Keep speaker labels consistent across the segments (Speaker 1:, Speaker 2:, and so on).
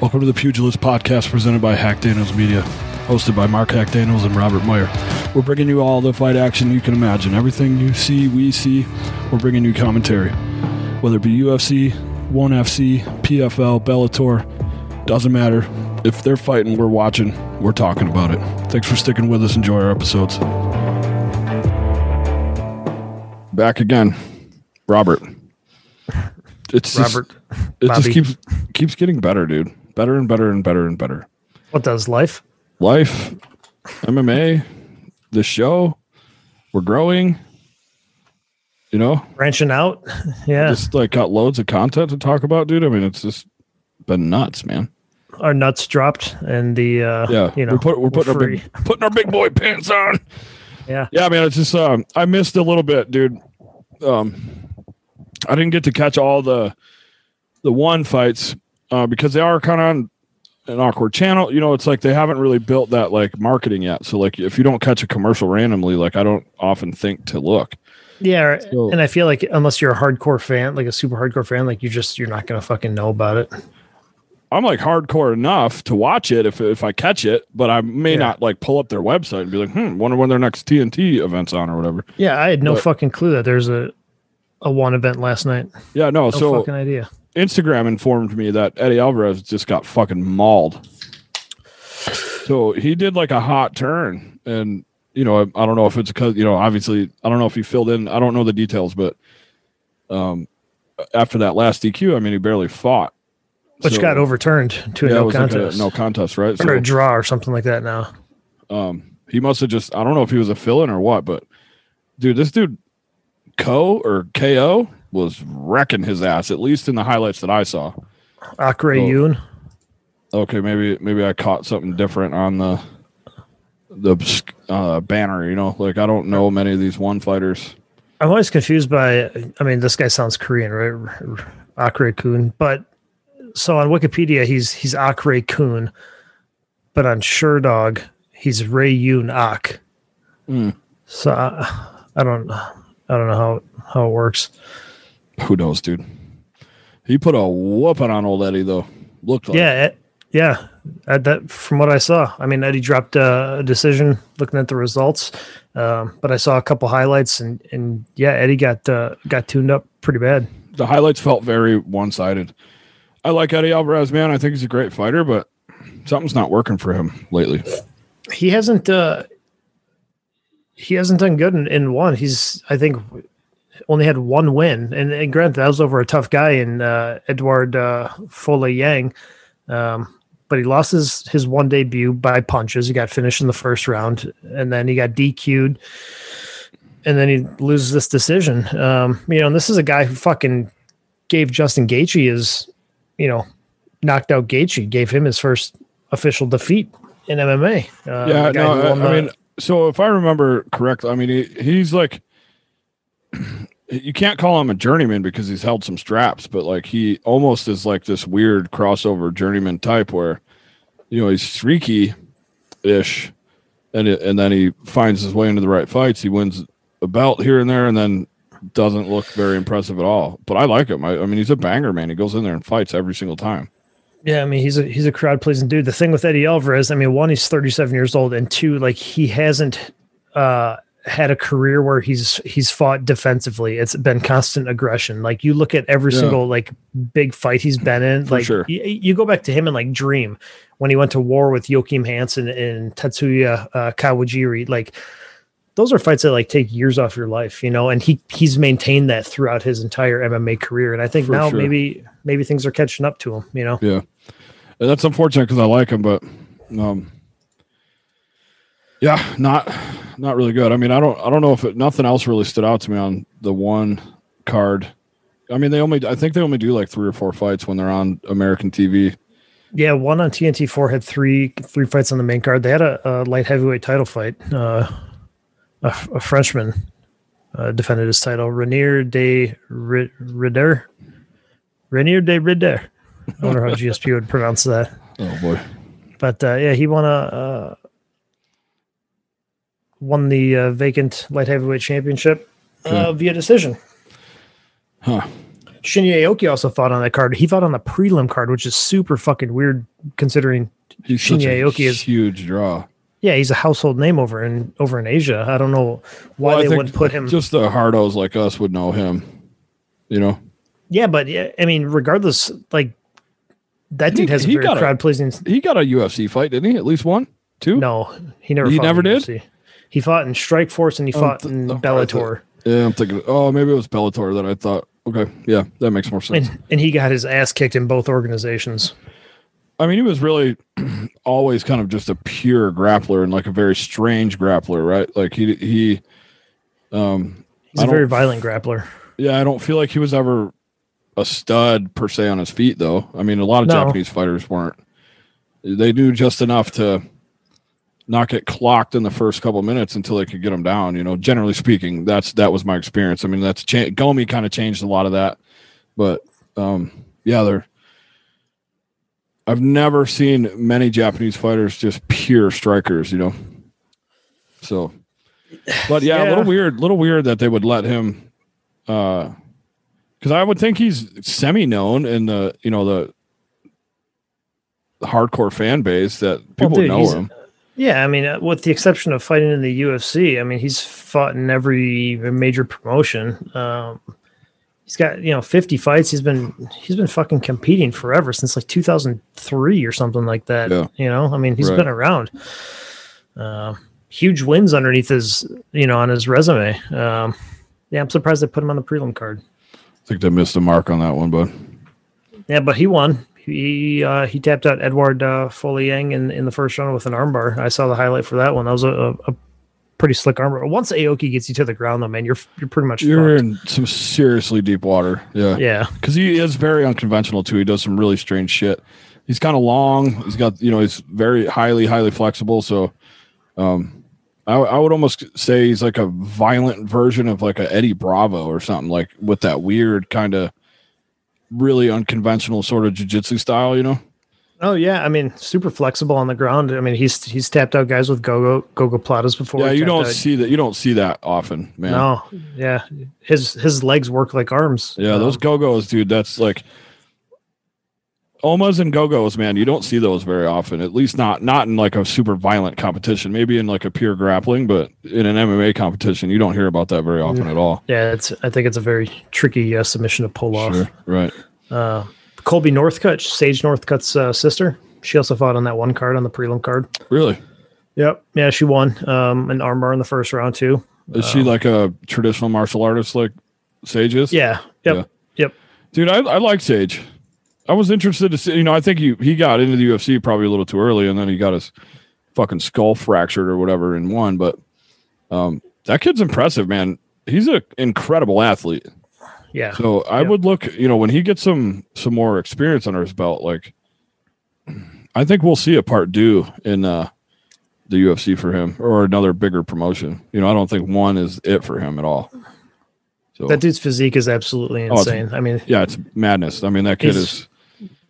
Speaker 1: Welcome to the Pugilist Podcast presented by Hack Daniels Media, hosted by Mark Hack Daniels and Robert Moyer. We're bringing you all the fight action you can imagine. Everything you see, we see. We're bringing you commentary. Whether it be UFC, 1FC, PFL, Bellator, doesn't matter. If they're fighting, we're watching, we're talking about it. Thanks for sticking with us. Enjoy our episodes. Back again, Robert. It's just-
Speaker 2: Robert.
Speaker 1: it just
Speaker 2: Bobby.
Speaker 1: keeps keeps getting better, dude. Better and better and better and better.
Speaker 2: What does life?
Speaker 1: Life, MMA, the show, we're growing. You know,
Speaker 2: Branching out? Yeah.
Speaker 1: just like got loads of content to talk about, dude. I mean, it's just been nuts, man.
Speaker 2: Our nuts dropped and the uh
Speaker 1: Yeah,
Speaker 2: you know
Speaker 1: we're, put, we're putting our
Speaker 2: free.
Speaker 1: big, putting our big boy pants on.
Speaker 2: Yeah.
Speaker 1: yeah, man. It's just um, I missed a little bit, dude. Um, I didn't get to catch all the the one fights uh, because they are kind of on an awkward channel. You know, it's like they haven't really built that like marketing yet. So like, if you don't catch a commercial randomly, like I don't often think to look.
Speaker 2: Yeah.
Speaker 1: So-
Speaker 2: and I feel like unless you're a hardcore fan, like a super hardcore fan, like you just you're not gonna fucking know about it.
Speaker 1: I'm like hardcore enough to watch it if if I catch it, but I may
Speaker 2: Yeah.
Speaker 1: not like pull up their website and be like, hmm, wonder when their next TNT event's on or whatever.
Speaker 2: Yeah, I had no
Speaker 1: But-
Speaker 2: fucking clue that there's a a one event last night.
Speaker 1: Yeah, no.
Speaker 2: No
Speaker 1: so
Speaker 2: fucking idea.
Speaker 1: Instagram informed me that Eddie Alvarez just got fucking mauled. So he did like a hot turn, and you know, I, I don't know if it's because you know, obviously, I don't know if he filled in. I don't know the details, but um, after that last DQ, I mean, he barely fought,
Speaker 2: Which
Speaker 1: So-
Speaker 2: got overturned to
Speaker 1: Yeah,
Speaker 2: a
Speaker 1: it
Speaker 2: no
Speaker 1: was like a
Speaker 2: contest.
Speaker 1: no contest, right?
Speaker 2: or a
Speaker 1: So,
Speaker 2: draw or something like that now.
Speaker 1: um, he must have just. I don't know if he was a fill in or what, but dude, this dude, Co or KO, was wrecking his ass. At least in the highlights that I saw.
Speaker 2: Akre
Speaker 1: Oh.
Speaker 2: Yoon.
Speaker 1: okay maybe maybe i caught something different on the the uh, banner you know like i don't know many of these one fighters
Speaker 2: I'm always confused by. I mean, this guy sounds Korean, right? R- R- Akre Kun, but so on Wikipedia, he's he's Akre Kun, but on SureDog, he's Ray Yoon Ak.
Speaker 1: Hmm.
Speaker 2: So I, I don't, I don't know how how it works.
Speaker 1: who knows dude he put a whooping on old eddie though looked like
Speaker 2: yeah, it, yeah. At that, from what I saw, I mean, Eddie dropped uh, a decision. Looking at the results, um, but I saw a couple highlights, and and yeah, Eddie got uh, got tuned up pretty bad.
Speaker 1: the highlights felt very one-sided i like eddie alvarez man i think he's a great fighter but something's not working for him lately
Speaker 2: he hasn't uh he hasn't done good in, in one he's i think only had one win and, and granted that was over a tough guy in uh edward uh Fole yang um but he lost his his one debut by punches he got finished in the first round and then he got dq'd and then he loses this decision um you know and this is a guy who fucking gave justin Gaethje his you know knocked out Gaethje gave him his first official defeat in MMA. Uh,
Speaker 1: yeah,
Speaker 2: the guy
Speaker 1: no,
Speaker 2: who won
Speaker 1: I, I
Speaker 2: the-
Speaker 1: mean, so if I remember correctly, I mean, he, he's like, you can't call him a journeyman because he's held some straps, but like he almost is like this weird crossover journeyman type where, you know, he's streaky ish, and it, and then he finds his way into the right fights. He wins a belt here and there, and then doesn't look very impressive at all. But I like him. I, I mean, he's a banger, man. He goes in there and fights every single time.
Speaker 2: yeah, I mean, he's a he's a crowd pleasing dude. The thing with Eddie Alvarez, I mean, one, he's 37 years old, and two, like he hasn't uh, had a career where he's he's fought defensively. It's been constant aggression. Like you look at every
Speaker 1: Yeah.
Speaker 2: single like big fight he's been in. like
Speaker 1: sure.
Speaker 2: y- you go back to him and like Dream when he went to war with Joachim Hansen and Tetsuya uh, Kawajiri. Like those are fights that like take years off your life, you know. And he he's maintained that throughout his entire MMA career. And I think
Speaker 1: For
Speaker 2: now
Speaker 1: sure.
Speaker 2: maybe maybe things are catching up to him, you know.
Speaker 1: And that's unfortunate because I like him, but um, yeah, not not really good. I mean, I don't I don't know if it, nothing else really stood out to me on the one card. I mean, they only I think they only do like three or four fights when they're on American TV.
Speaker 2: Yeah, one on TNT four had three three fights on the main card. They had a, a light heavyweight title fight. Uh, a, f- a Frenchman uh, defended his title. Rainier de Ri- Rider. Rainier de Rider. I wonder how GSP would pronounce that.
Speaker 1: Oh boy,
Speaker 2: But uh, yeah, he won a uh, won the uh, vacant light heavyweight championship uh, via decision.
Speaker 1: huh?
Speaker 2: Shinya Aoki also fought on that card. He fought on the prelim card, which is super fucking weird considering
Speaker 1: He's such a
Speaker 2: Shinya Aoki is-
Speaker 1: huge draw.
Speaker 2: yeah, he's a household name over in over in Asia. I don't know why
Speaker 1: Well, I
Speaker 2: they
Speaker 1: think
Speaker 2: wouldn't put him
Speaker 1: Just the hardos like us would know him. You know,
Speaker 2: Yeah, but yeah, I mean, regardless, like that
Speaker 1: He-
Speaker 2: dude has a
Speaker 1: he
Speaker 2: very
Speaker 1: got a-
Speaker 2: crowd pleasing.
Speaker 1: he got a UFC fight, didn't he? At least one, two.
Speaker 2: No, he never.
Speaker 1: He
Speaker 2: fought in
Speaker 1: never
Speaker 2: the
Speaker 1: did?
Speaker 2: UFC. He fought in Strike Force and he
Speaker 1: Oh,
Speaker 2: fought
Speaker 1: th-
Speaker 2: in
Speaker 1: no, I
Speaker 2: Bellator,
Speaker 1: Yeah, I'm thinking. Oh, maybe it was Bellator that I thought. Okay, yeah, that makes more sense.
Speaker 2: and and he got his ass kicked in both organizations.
Speaker 1: I mean, he was really always kind of just a pure grappler and like a very strange grappler, right? Like he he um
Speaker 2: He's
Speaker 1: I
Speaker 2: a very
Speaker 1: don't-
Speaker 2: violent grappler.
Speaker 1: yeah, I don't feel like he was ever a stud per se on his feet though. I mean, a lot of
Speaker 2: No.
Speaker 1: Japanese fighters weren't. They knew just enough to not get clocked in the first couple minutes until they could get him down, you know, generally speaking. That's that was my experience. I mean, that's cha- Gomi kind of changed a lot of that. But um yeah, they're I've never seen many Japanese fighters just pure strikers, you know. So, but yeah, a little
Speaker 2: Yeah.
Speaker 1: weird, little weird that they would let him, uh, because I would think he's semi-known in the you know the hardcore fan base that people
Speaker 2: dude,
Speaker 1: know
Speaker 2: he's-
Speaker 1: him.
Speaker 2: Yeah, I mean, uh, with the exception of fighting in the UFC, I mean, he's fought in every major promotion. Um, he's got you know fifty fights. He's been he's been fucking competing forever since like two thousand three or something like that.
Speaker 1: Yeah.
Speaker 2: You know, I mean, he's
Speaker 1: Right.
Speaker 2: been around. Um, huge wins underneath his you know on his resume. Um, yeah, I'm surprised they put him on the prelim card.
Speaker 1: I think they missed the mark on that one, but
Speaker 2: Yeah, but he won. He uh, he tapped out Edward uh, Foliang in, in the first round with an armbar. I saw the highlight for that one. That was a, a, a pretty slick armbar. Once Aoki gets you to the ground, though, man, you're you're pretty much
Speaker 1: you're
Speaker 2: fucked.
Speaker 1: in some seriously deep water. Yeah,
Speaker 2: yeah.
Speaker 1: because he is very unconventional too. He does some really strange shit. He's kind of long. He's got you know he's very highly highly flexible. So, um, I I would almost say he's like a violent version of like a Eddie Bravo or something like with that weird kind of really unconventional sort of jujitsu style. You know,
Speaker 2: Oh yeah, I mean, super flexible on the ground. I mean, he's he's tapped out guys with go go go platas before.
Speaker 1: yeah. You
Speaker 2: He tapped
Speaker 1: don't
Speaker 2: out-
Speaker 1: see that. You don't see that often, man.
Speaker 2: No, yeah, his his legs work like arms.
Speaker 1: Yeah, those
Speaker 2: Um,
Speaker 1: go go's, dude. That's like omas and go go's, man. You don't see those very often. At least not not in like a super violent competition. Maybe in like a pure grappling, but in an MMA competition, you don't hear about that very often at all.
Speaker 2: yeah, it's I think it's a very tricky uh, submission to pull off.
Speaker 1: Sure. Right.
Speaker 2: Uh, Colby Northcutt, Sage Northcutt's uh, sister. She also fought on that one card on the prelim card.
Speaker 1: Really?
Speaker 2: Yep. Yeah, she won um, an armbar in the first round too.
Speaker 1: Is she like a traditional martial artist like Sage is?
Speaker 2: Um, Yeah. Yep.
Speaker 1: Yeah.
Speaker 2: Yep.
Speaker 1: Dude, I, I like Sage. I was interested to see, you know, I think he, he got into the UFC probably a little too early and then he got his fucking skull fractured or whatever in one. But um, that kid's impressive, man. He's an incredible athlete.
Speaker 2: Yeah.
Speaker 1: So I
Speaker 2: Yeah.
Speaker 1: would look, you know, when he gets some some more experience under his belt, like I think we'll see a part due in uh the UFC for him or another bigger promotion. You know, I don't think one is it for him at all. So
Speaker 2: That dude's physique is absolutely
Speaker 1: Oh, it's-
Speaker 2: insane. I mean,
Speaker 1: yeah, it's madness. I mean, that kid
Speaker 2: He's-
Speaker 1: is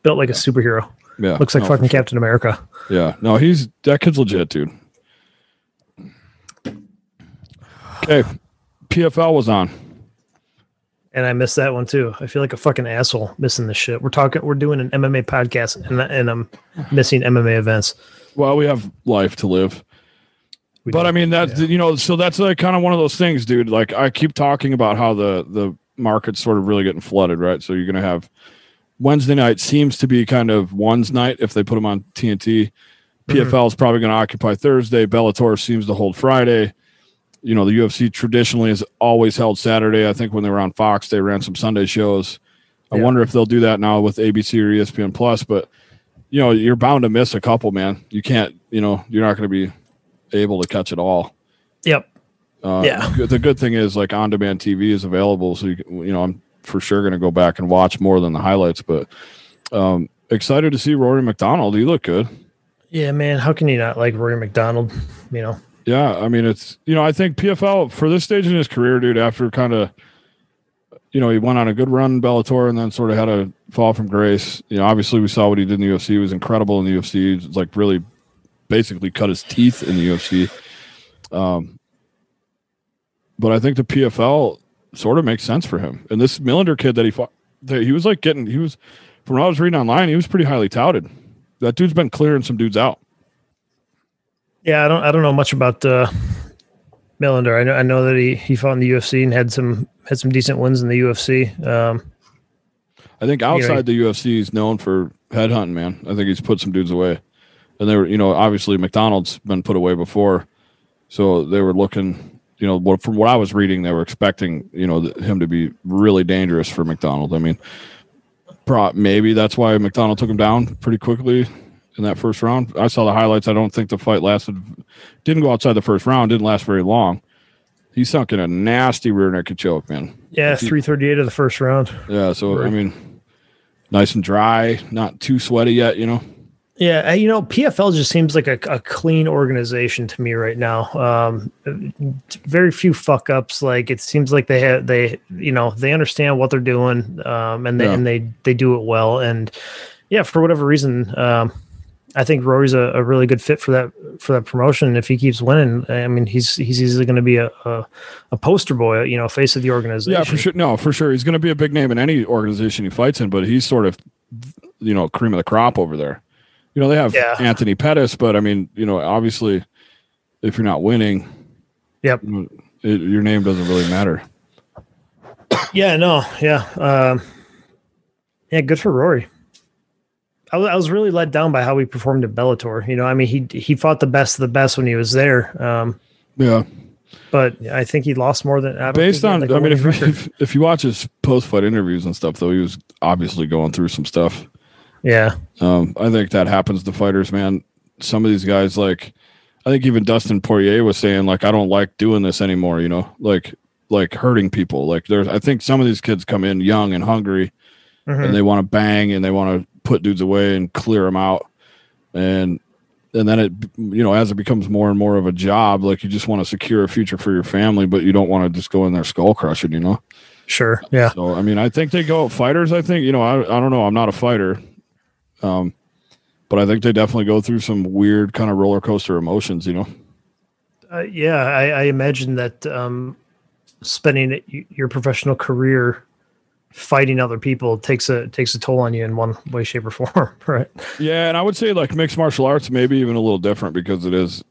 Speaker 2: built like a superhero.
Speaker 1: yeah.
Speaker 2: Looks like
Speaker 1: no,
Speaker 2: fucking Captain America.
Speaker 1: Yeah. No, he's that kid's legit, dude. Okay. PFL was on.
Speaker 2: And I missed that one too. I feel like a fucking asshole missing this shit. We're talking. We're doing an MMA podcast, and and I'm missing MMA events.
Speaker 1: Well, we have life to live.
Speaker 2: We
Speaker 1: but
Speaker 2: don't-
Speaker 1: I mean that you know, so that's like kind of one of those things, dude. Like I keep talking about how the the market's sort of really getting flooded, right? So you're gonna have Wednesday night seems to be kind of one's night if they put them on TNT.
Speaker 2: Mm-hmm.
Speaker 1: PFL is probably gonna occupy Thursday. Bellator seems to hold Friday. You know, the UFC traditionally has always held Saturday. I think when they were on Fox, they ran some Sunday shows. I
Speaker 2: Yeah.
Speaker 1: wonder if they'll do that now with ABC or E ESPN Plus, but you know, you're bound to miss a couple, man. You can't, you know, you're not going to be able to catch it all.
Speaker 2: yep.
Speaker 1: Uh,
Speaker 2: Yeah.
Speaker 1: good- The good thing is like on-demand TV is available, so you, can- you know I'm for sure going to go back and watch more than the highlights. But um, excited to see Rory McDonald. He looked good.
Speaker 2: Yeah, man. How can you not like Rory McDonald? You know.
Speaker 1: Yeah, I mean it's you know I think PFL for this stage in his career, dude. After kind of you know he went on a good run in Bellator and then sort of had a fall from grace. You know, obviously we saw what he did in the UFC. He was incredible in the UFC. He was, like really basically cut his teeth in the UFC. Um, but I think the PFL sort of makes sense for him. And this Millender kid that he fought they, he was like getting he was from what I was reading online, he was pretty highly touted. That dude's been clearing some dudes out.
Speaker 2: Yeah, I don't I don't know much about uh Millender. I know I know that he he fought in the UFC and had some had some decent wins in the UFC. Um
Speaker 1: I think outside the UFC, he's known for headhunting, man. I think he's put some dudes away, and they were, you know, obviously McDonald's been put away before, so they were looking, you know, what from what I was reading, they were expecting, you know, th- him to be really dangerous for McDonald. I mean, pro- maybe that's why McDonald took him down pretty quickly in that first round. I saw the highlights. I don't think the fight lasted, didn't go outside the first round, didn't last very long. He sunk in a nasty rear naked choke, man.
Speaker 2: yeah,
Speaker 1: he-
Speaker 2: three thirty eight of the first round.
Speaker 1: Yeah, so I
Speaker 2: Right.
Speaker 1: mean, nice and dry, not too sweaty yet. You know,
Speaker 2: Yeah, uh, you know, PFL just seems like a, a clean organization to me right now. Um, very few fuck ups. Like it seems like they have they you know they understand what they're doing, um, and they
Speaker 1: Yeah.
Speaker 2: and they they do it well. And yeah, for whatever reason, um, I think Rory's a, a really good fit for that for that promotion. If he keeps winning, I mean, he's he's easily going to be a, a a poster boy, you know, face of the organization.
Speaker 1: yeah, for sure. No, for sure, he's going to be a big name in any organization he fights in, but he's sort of, you know, cream of the crop over there. You know, they have
Speaker 2: Yeah.
Speaker 1: Anthony Pettis, but I mean, you know, obviously, if you're not winning,
Speaker 2: Yep.
Speaker 1: you know, it, your name doesn't really matter.
Speaker 2: Yeah, no, yeah, um, yeah. Good for Rory. I, wa- I was really let down by how he performed at Bellator. You know, I mean, he he fought the best of the best when he was there, um,
Speaker 1: Yeah,
Speaker 2: but I think he lost more than I don't
Speaker 1: based
Speaker 2: think he
Speaker 1: on,
Speaker 2: had, like, a
Speaker 1: I mean,
Speaker 2: winning
Speaker 1: if,
Speaker 2: record.
Speaker 1: if if you watch his post fight interviews and stuff, though, he was obviously going through some stuff.
Speaker 2: yeah,
Speaker 1: Um, I think that happens to fighters, man. Some of these guys, like, I think even Dustin Poirier was saying, like, I don't like doing this anymore. You know, like, like hurting people. Like, there's, I think some of these kids come in young and hungry,
Speaker 2: Mhm.
Speaker 1: and they want to bang and they want to put dudes away and clear them out, and and then it, you know, as it becomes more and more of a job, like you just want to secure a future for your family, but you don't want to just go in there skull crushing. You know.
Speaker 2: sure, yeah,
Speaker 1: So I mean, I think they go fighters. I think you know, I, I don't know. I'm not a fighter, um, but I think they definitely go through some weird kind of roller coaster emotions. You know,
Speaker 2: uh, yeah. I, I imagine that um, spending y- your professional career fighting other people takes a takes a toll on you in one way, shape, or form, right?
Speaker 1: yeah. And I would say like mixed martial arts, maybe even a little different because it is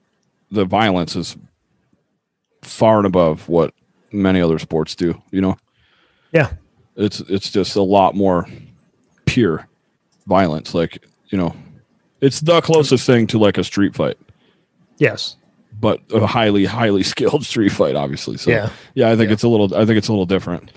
Speaker 1: the violence is far and above what many other sports do. You know,
Speaker 2: Yeah,
Speaker 1: it's it's just a lot more pure violence. Like you know, it's the closest thing to like a street fight.
Speaker 2: yes,
Speaker 1: but a highly highly skilled street fight obviously so
Speaker 2: Yeah.
Speaker 1: yeah i think
Speaker 2: Yeah.
Speaker 1: it's a little i think it's a little different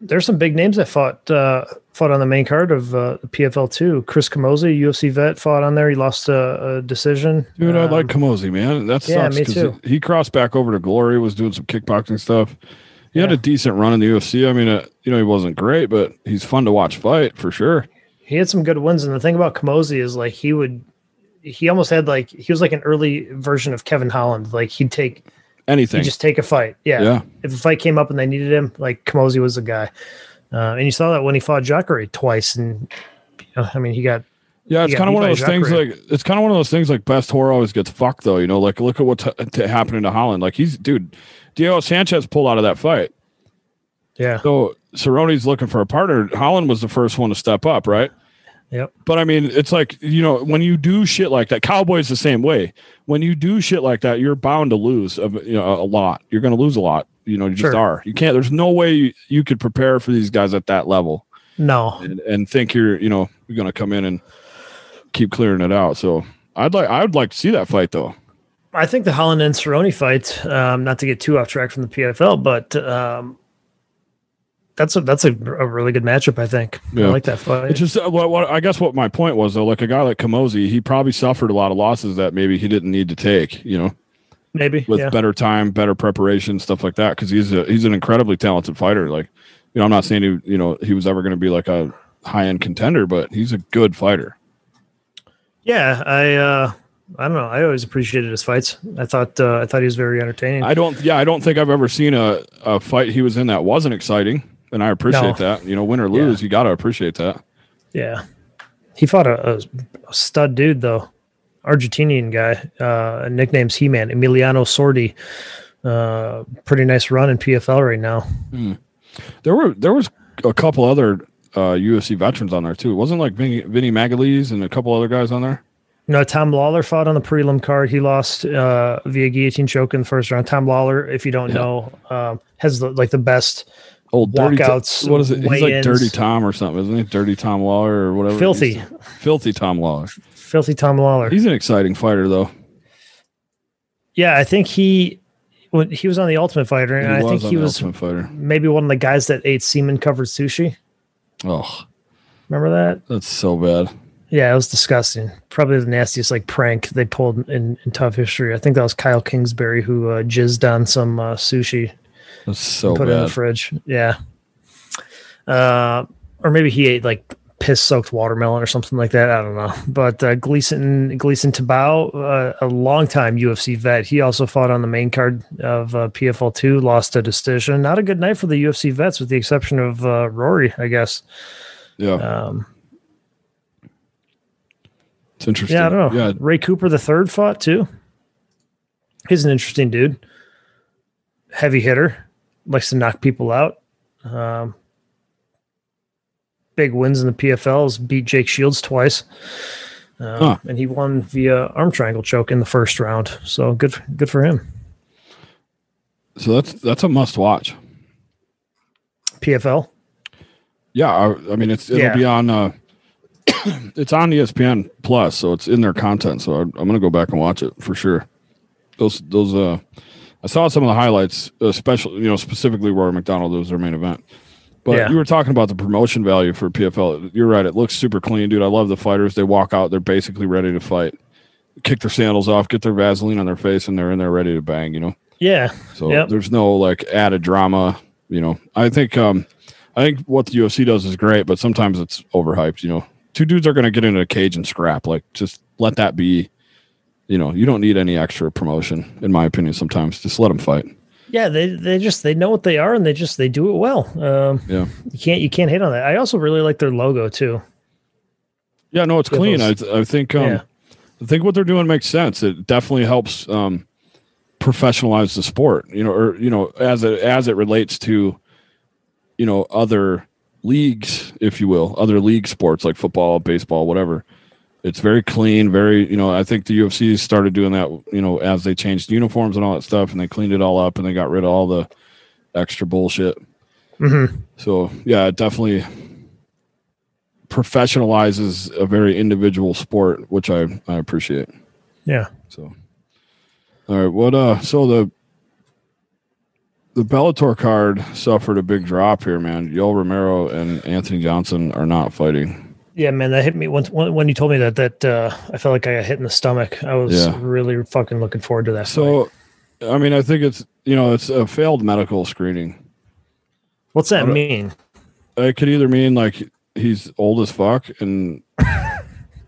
Speaker 2: there's some big names that fought uh, fought on the main card of uh, PFL two. Chris Camozzi, UFC vet, fought on there. He lost a, a decision.
Speaker 1: dude i
Speaker 2: Um,
Speaker 1: like Kamosi, man that
Speaker 2: yeah,
Speaker 1: sucks
Speaker 2: me
Speaker 1: 'cause
Speaker 2: too.
Speaker 1: he, he crossed back over to glory was doing some kickboxing stuff he had
Speaker 2: Yeah.
Speaker 1: a decent run in the ufc i mean uh, you know he wasn't great but he's fun to watch fight for sure
Speaker 2: he had some good wins, and the thing about Camozzi is like he would, he almost had like he was like an early version of Kevin Holland. Like he'd take,
Speaker 1: anything
Speaker 2: he'd just take a fight. Yeah.
Speaker 1: yeah
Speaker 2: if a fight came up and they needed him, like Camozzi was the guy. Uh, and you saw that when he fought Jacare twice, and you know, I mean, he got
Speaker 1: yeah it's
Speaker 2: Yeah,
Speaker 1: kind of
Speaker 2: he
Speaker 1: one of
Speaker 2: plays
Speaker 1: those things
Speaker 2: Jacare.
Speaker 1: like it's kind of one of those things like best horror always gets fucked though you know like look at what's ha- t- happening to holland like he's dude diego sanchez pulled out of that fight
Speaker 2: yeah,
Speaker 1: So Cerrone's looking for a partner. Holland was the first one to step up, right?
Speaker 2: Yep.
Speaker 1: But I mean, it's like, you know, when you do shit like that, Cowboys the same way. When you do shit like that, you're bound to lose of you know a lot. You're going to lose a lot. You know, you just
Speaker 2: Sure.
Speaker 1: are. You can't there's no way you, you could prepare for these guys at that level
Speaker 2: no,
Speaker 1: and, and think you're, you know, you're going to come in and keep clearing it out. So I'd like I would like to see that fight though.
Speaker 2: I think the Holland and Cerrone fight, um, not to get too off track from the PFL, but um, that's a that's a, a really good matchup. I think
Speaker 1: Yeah.
Speaker 2: I like that fight.
Speaker 1: It's just uh, what, what I guess what my point was though, like a guy like Kamosi, he probably suffered a lot of losses that maybe he didn't need to take, you know.
Speaker 2: Maybe
Speaker 1: with
Speaker 2: yeah,
Speaker 1: better time, better preparation, stuff like that. Because he's a, he's an incredibly talented fighter. Like, you know, I'm not saying he, you know he was ever going to be like a high end contender, but he's a good fighter.
Speaker 2: yeah. I uh, I don't know. I always appreciated his fights. I thought uh, I thought he was very entertaining.
Speaker 1: I don't, yeah, I don't think I've ever seen a a fight he was in that wasn't exciting, and I appreciate that. You know, win or lose, you got to appreciate that.
Speaker 2: yeah, he fought a, a, a stud dude though, Argentinian guy. Uh, nicknames He Man, Emiliano Sordi. Uh, pretty nice run in PFL right now.
Speaker 1: There were there was a couple other uh, UFC veterans on there too. It wasn't like Vinny, Vinny Magalese and a couple other guys on there.
Speaker 2: No, Tom Lawler fought on the prelim card. He lost uh, via guillotine choke in the first round. Tom Lawler, if you don't
Speaker 1: Yeah.
Speaker 2: know, um, has the, like the best
Speaker 1: Old dirty Tom-
Speaker 2: Walkouts,
Speaker 1: what is it? He's like
Speaker 2: weigh-ins.
Speaker 1: Dirty Tom or something, isn't he? Dirty Tom Lawler or whatever.
Speaker 2: Filthy.
Speaker 1: He's- filthy Tom Lawler.
Speaker 2: filthy Tom Lawler.
Speaker 1: He's an exciting fighter though.
Speaker 2: yeah, I think he when he was on the Ultimate Fighter, and I think
Speaker 1: on
Speaker 2: he
Speaker 1: the
Speaker 2: was
Speaker 1: Ultimate Fighter.
Speaker 2: maybe one of the guys that ate semen covered sushi.
Speaker 1: Oh,
Speaker 2: Remember that?
Speaker 1: that's so bad.
Speaker 2: Yeah, it was disgusting. Probably the nastiest like prank they pulled in, in tough history. I think that was Kyle Kingsbury who uh, jizzed on some uh, sushi
Speaker 1: That's so
Speaker 2: put it in the
Speaker 1: bad.
Speaker 2: fridge. Yeah. Uh, or maybe he ate like piss soaked watermelon or something like that. I don't know. But uh, Gleason Gleason Tabao, uh, a longtime UFC vet, he also fought on the main card of uh, PFL two, lost a decision. Not a good night for the UFC vets, with the exception of uh, Rory, I guess.
Speaker 1: Yeah,
Speaker 2: Um,
Speaker 1: it's interesting.
Speaker 2: yeah, I don't know.
Speaker 1: Yeah,
Speaker 2: Ray Cooper the third fought too. He's an interesting dude. Heavy hitter, likes to knock people out. Um, big wins in the PFLs. Beat Jake Shields twice, um,
Speaker 1: Huh.
Speaker 2: and he won via arm triangle choke in the first round. So good, good for him.
Speaker 1: so that's that's a must watch.
Speaker 2: PFL.
Speaker 1: Yeah, I, I mean it's it'll
Speaker 2: Yeah.
Speaker 1: be on. Uh, it's on E ESPN Plus, so it's in their content. So I, I'm gonna go back and watch it for sure. Those those uh, I saw some of the highlights, especially you know specifically Rory McDonald. That was their main event. But
Speaker 2: Yeah.
Speaker 1: you were talking about the promotion value for PFL. You're right. It looks super clean, dude. I love the fighters. They walk out, they're basically ready to fight. Kick their sandals off, get their Vaseline on their face, and they're in there ready to bang. You know.
Speaker 2: Yeah,
Speaker 1: So
Speaker 2: Yep.
Speaker 1: there's no like added drama, you know. I think um I think what the UFC does is great, but sometimes it's overhyped, you know. Two dudes are gonna get into a cage and scrap. Like just let that be you know, you don't need any extra promotion, in my opinion, sometimes. Just let them fight.
Speaker 2: yeah. They they just they know what they are, and they just they do it well. Um,
Speaker 1: Yeah.
Speaker 2: you can't you can't hate on that. I also really like their logo too.
Speaker 1: Yeah, no, it's
Speaker 2: Yeah,
Speaker 1: clean. I
Speaker 2: those-
Speaker 1: I think um
Speaker 2: Yeah.
Speaker 1: I think what they're doing makes sense. It definitely helps um professionalize the sport, you know, or you know, as it as it relates to you know, other leagues, if you will, other league sports like football, baseball, whatever. It's very clean, very, you know, I think the UFC started doing that, you know, as they changed uniforms and all that stuff and they cleaned it all up and they got rid of all the extra bullshit.
Speaker 2: hmm
Speaker 1: So yeah, it definitely professionalizes a very individual sport, which I, I appreciate.
Speaker 2: Yeah.
Speaker 1: So all right, what uh so the the Bellator card suffered a big drop here, man. Yoel Romero and Anthony Johnson are not fighting.
Speaker 2: Yeah, man, that hit me when when, when you told me that. That uh, I felt like I got hit in the stomach. I was
Speaker 1: Yeah.
Speaker 2: really fucking looking forward to that. fight.
Speaker 1: So I mean, I think it's you know, it's a failed medical screening.
Speaker 2: what's that mean?
Speaker 1: it could either mean like he's old as fuck and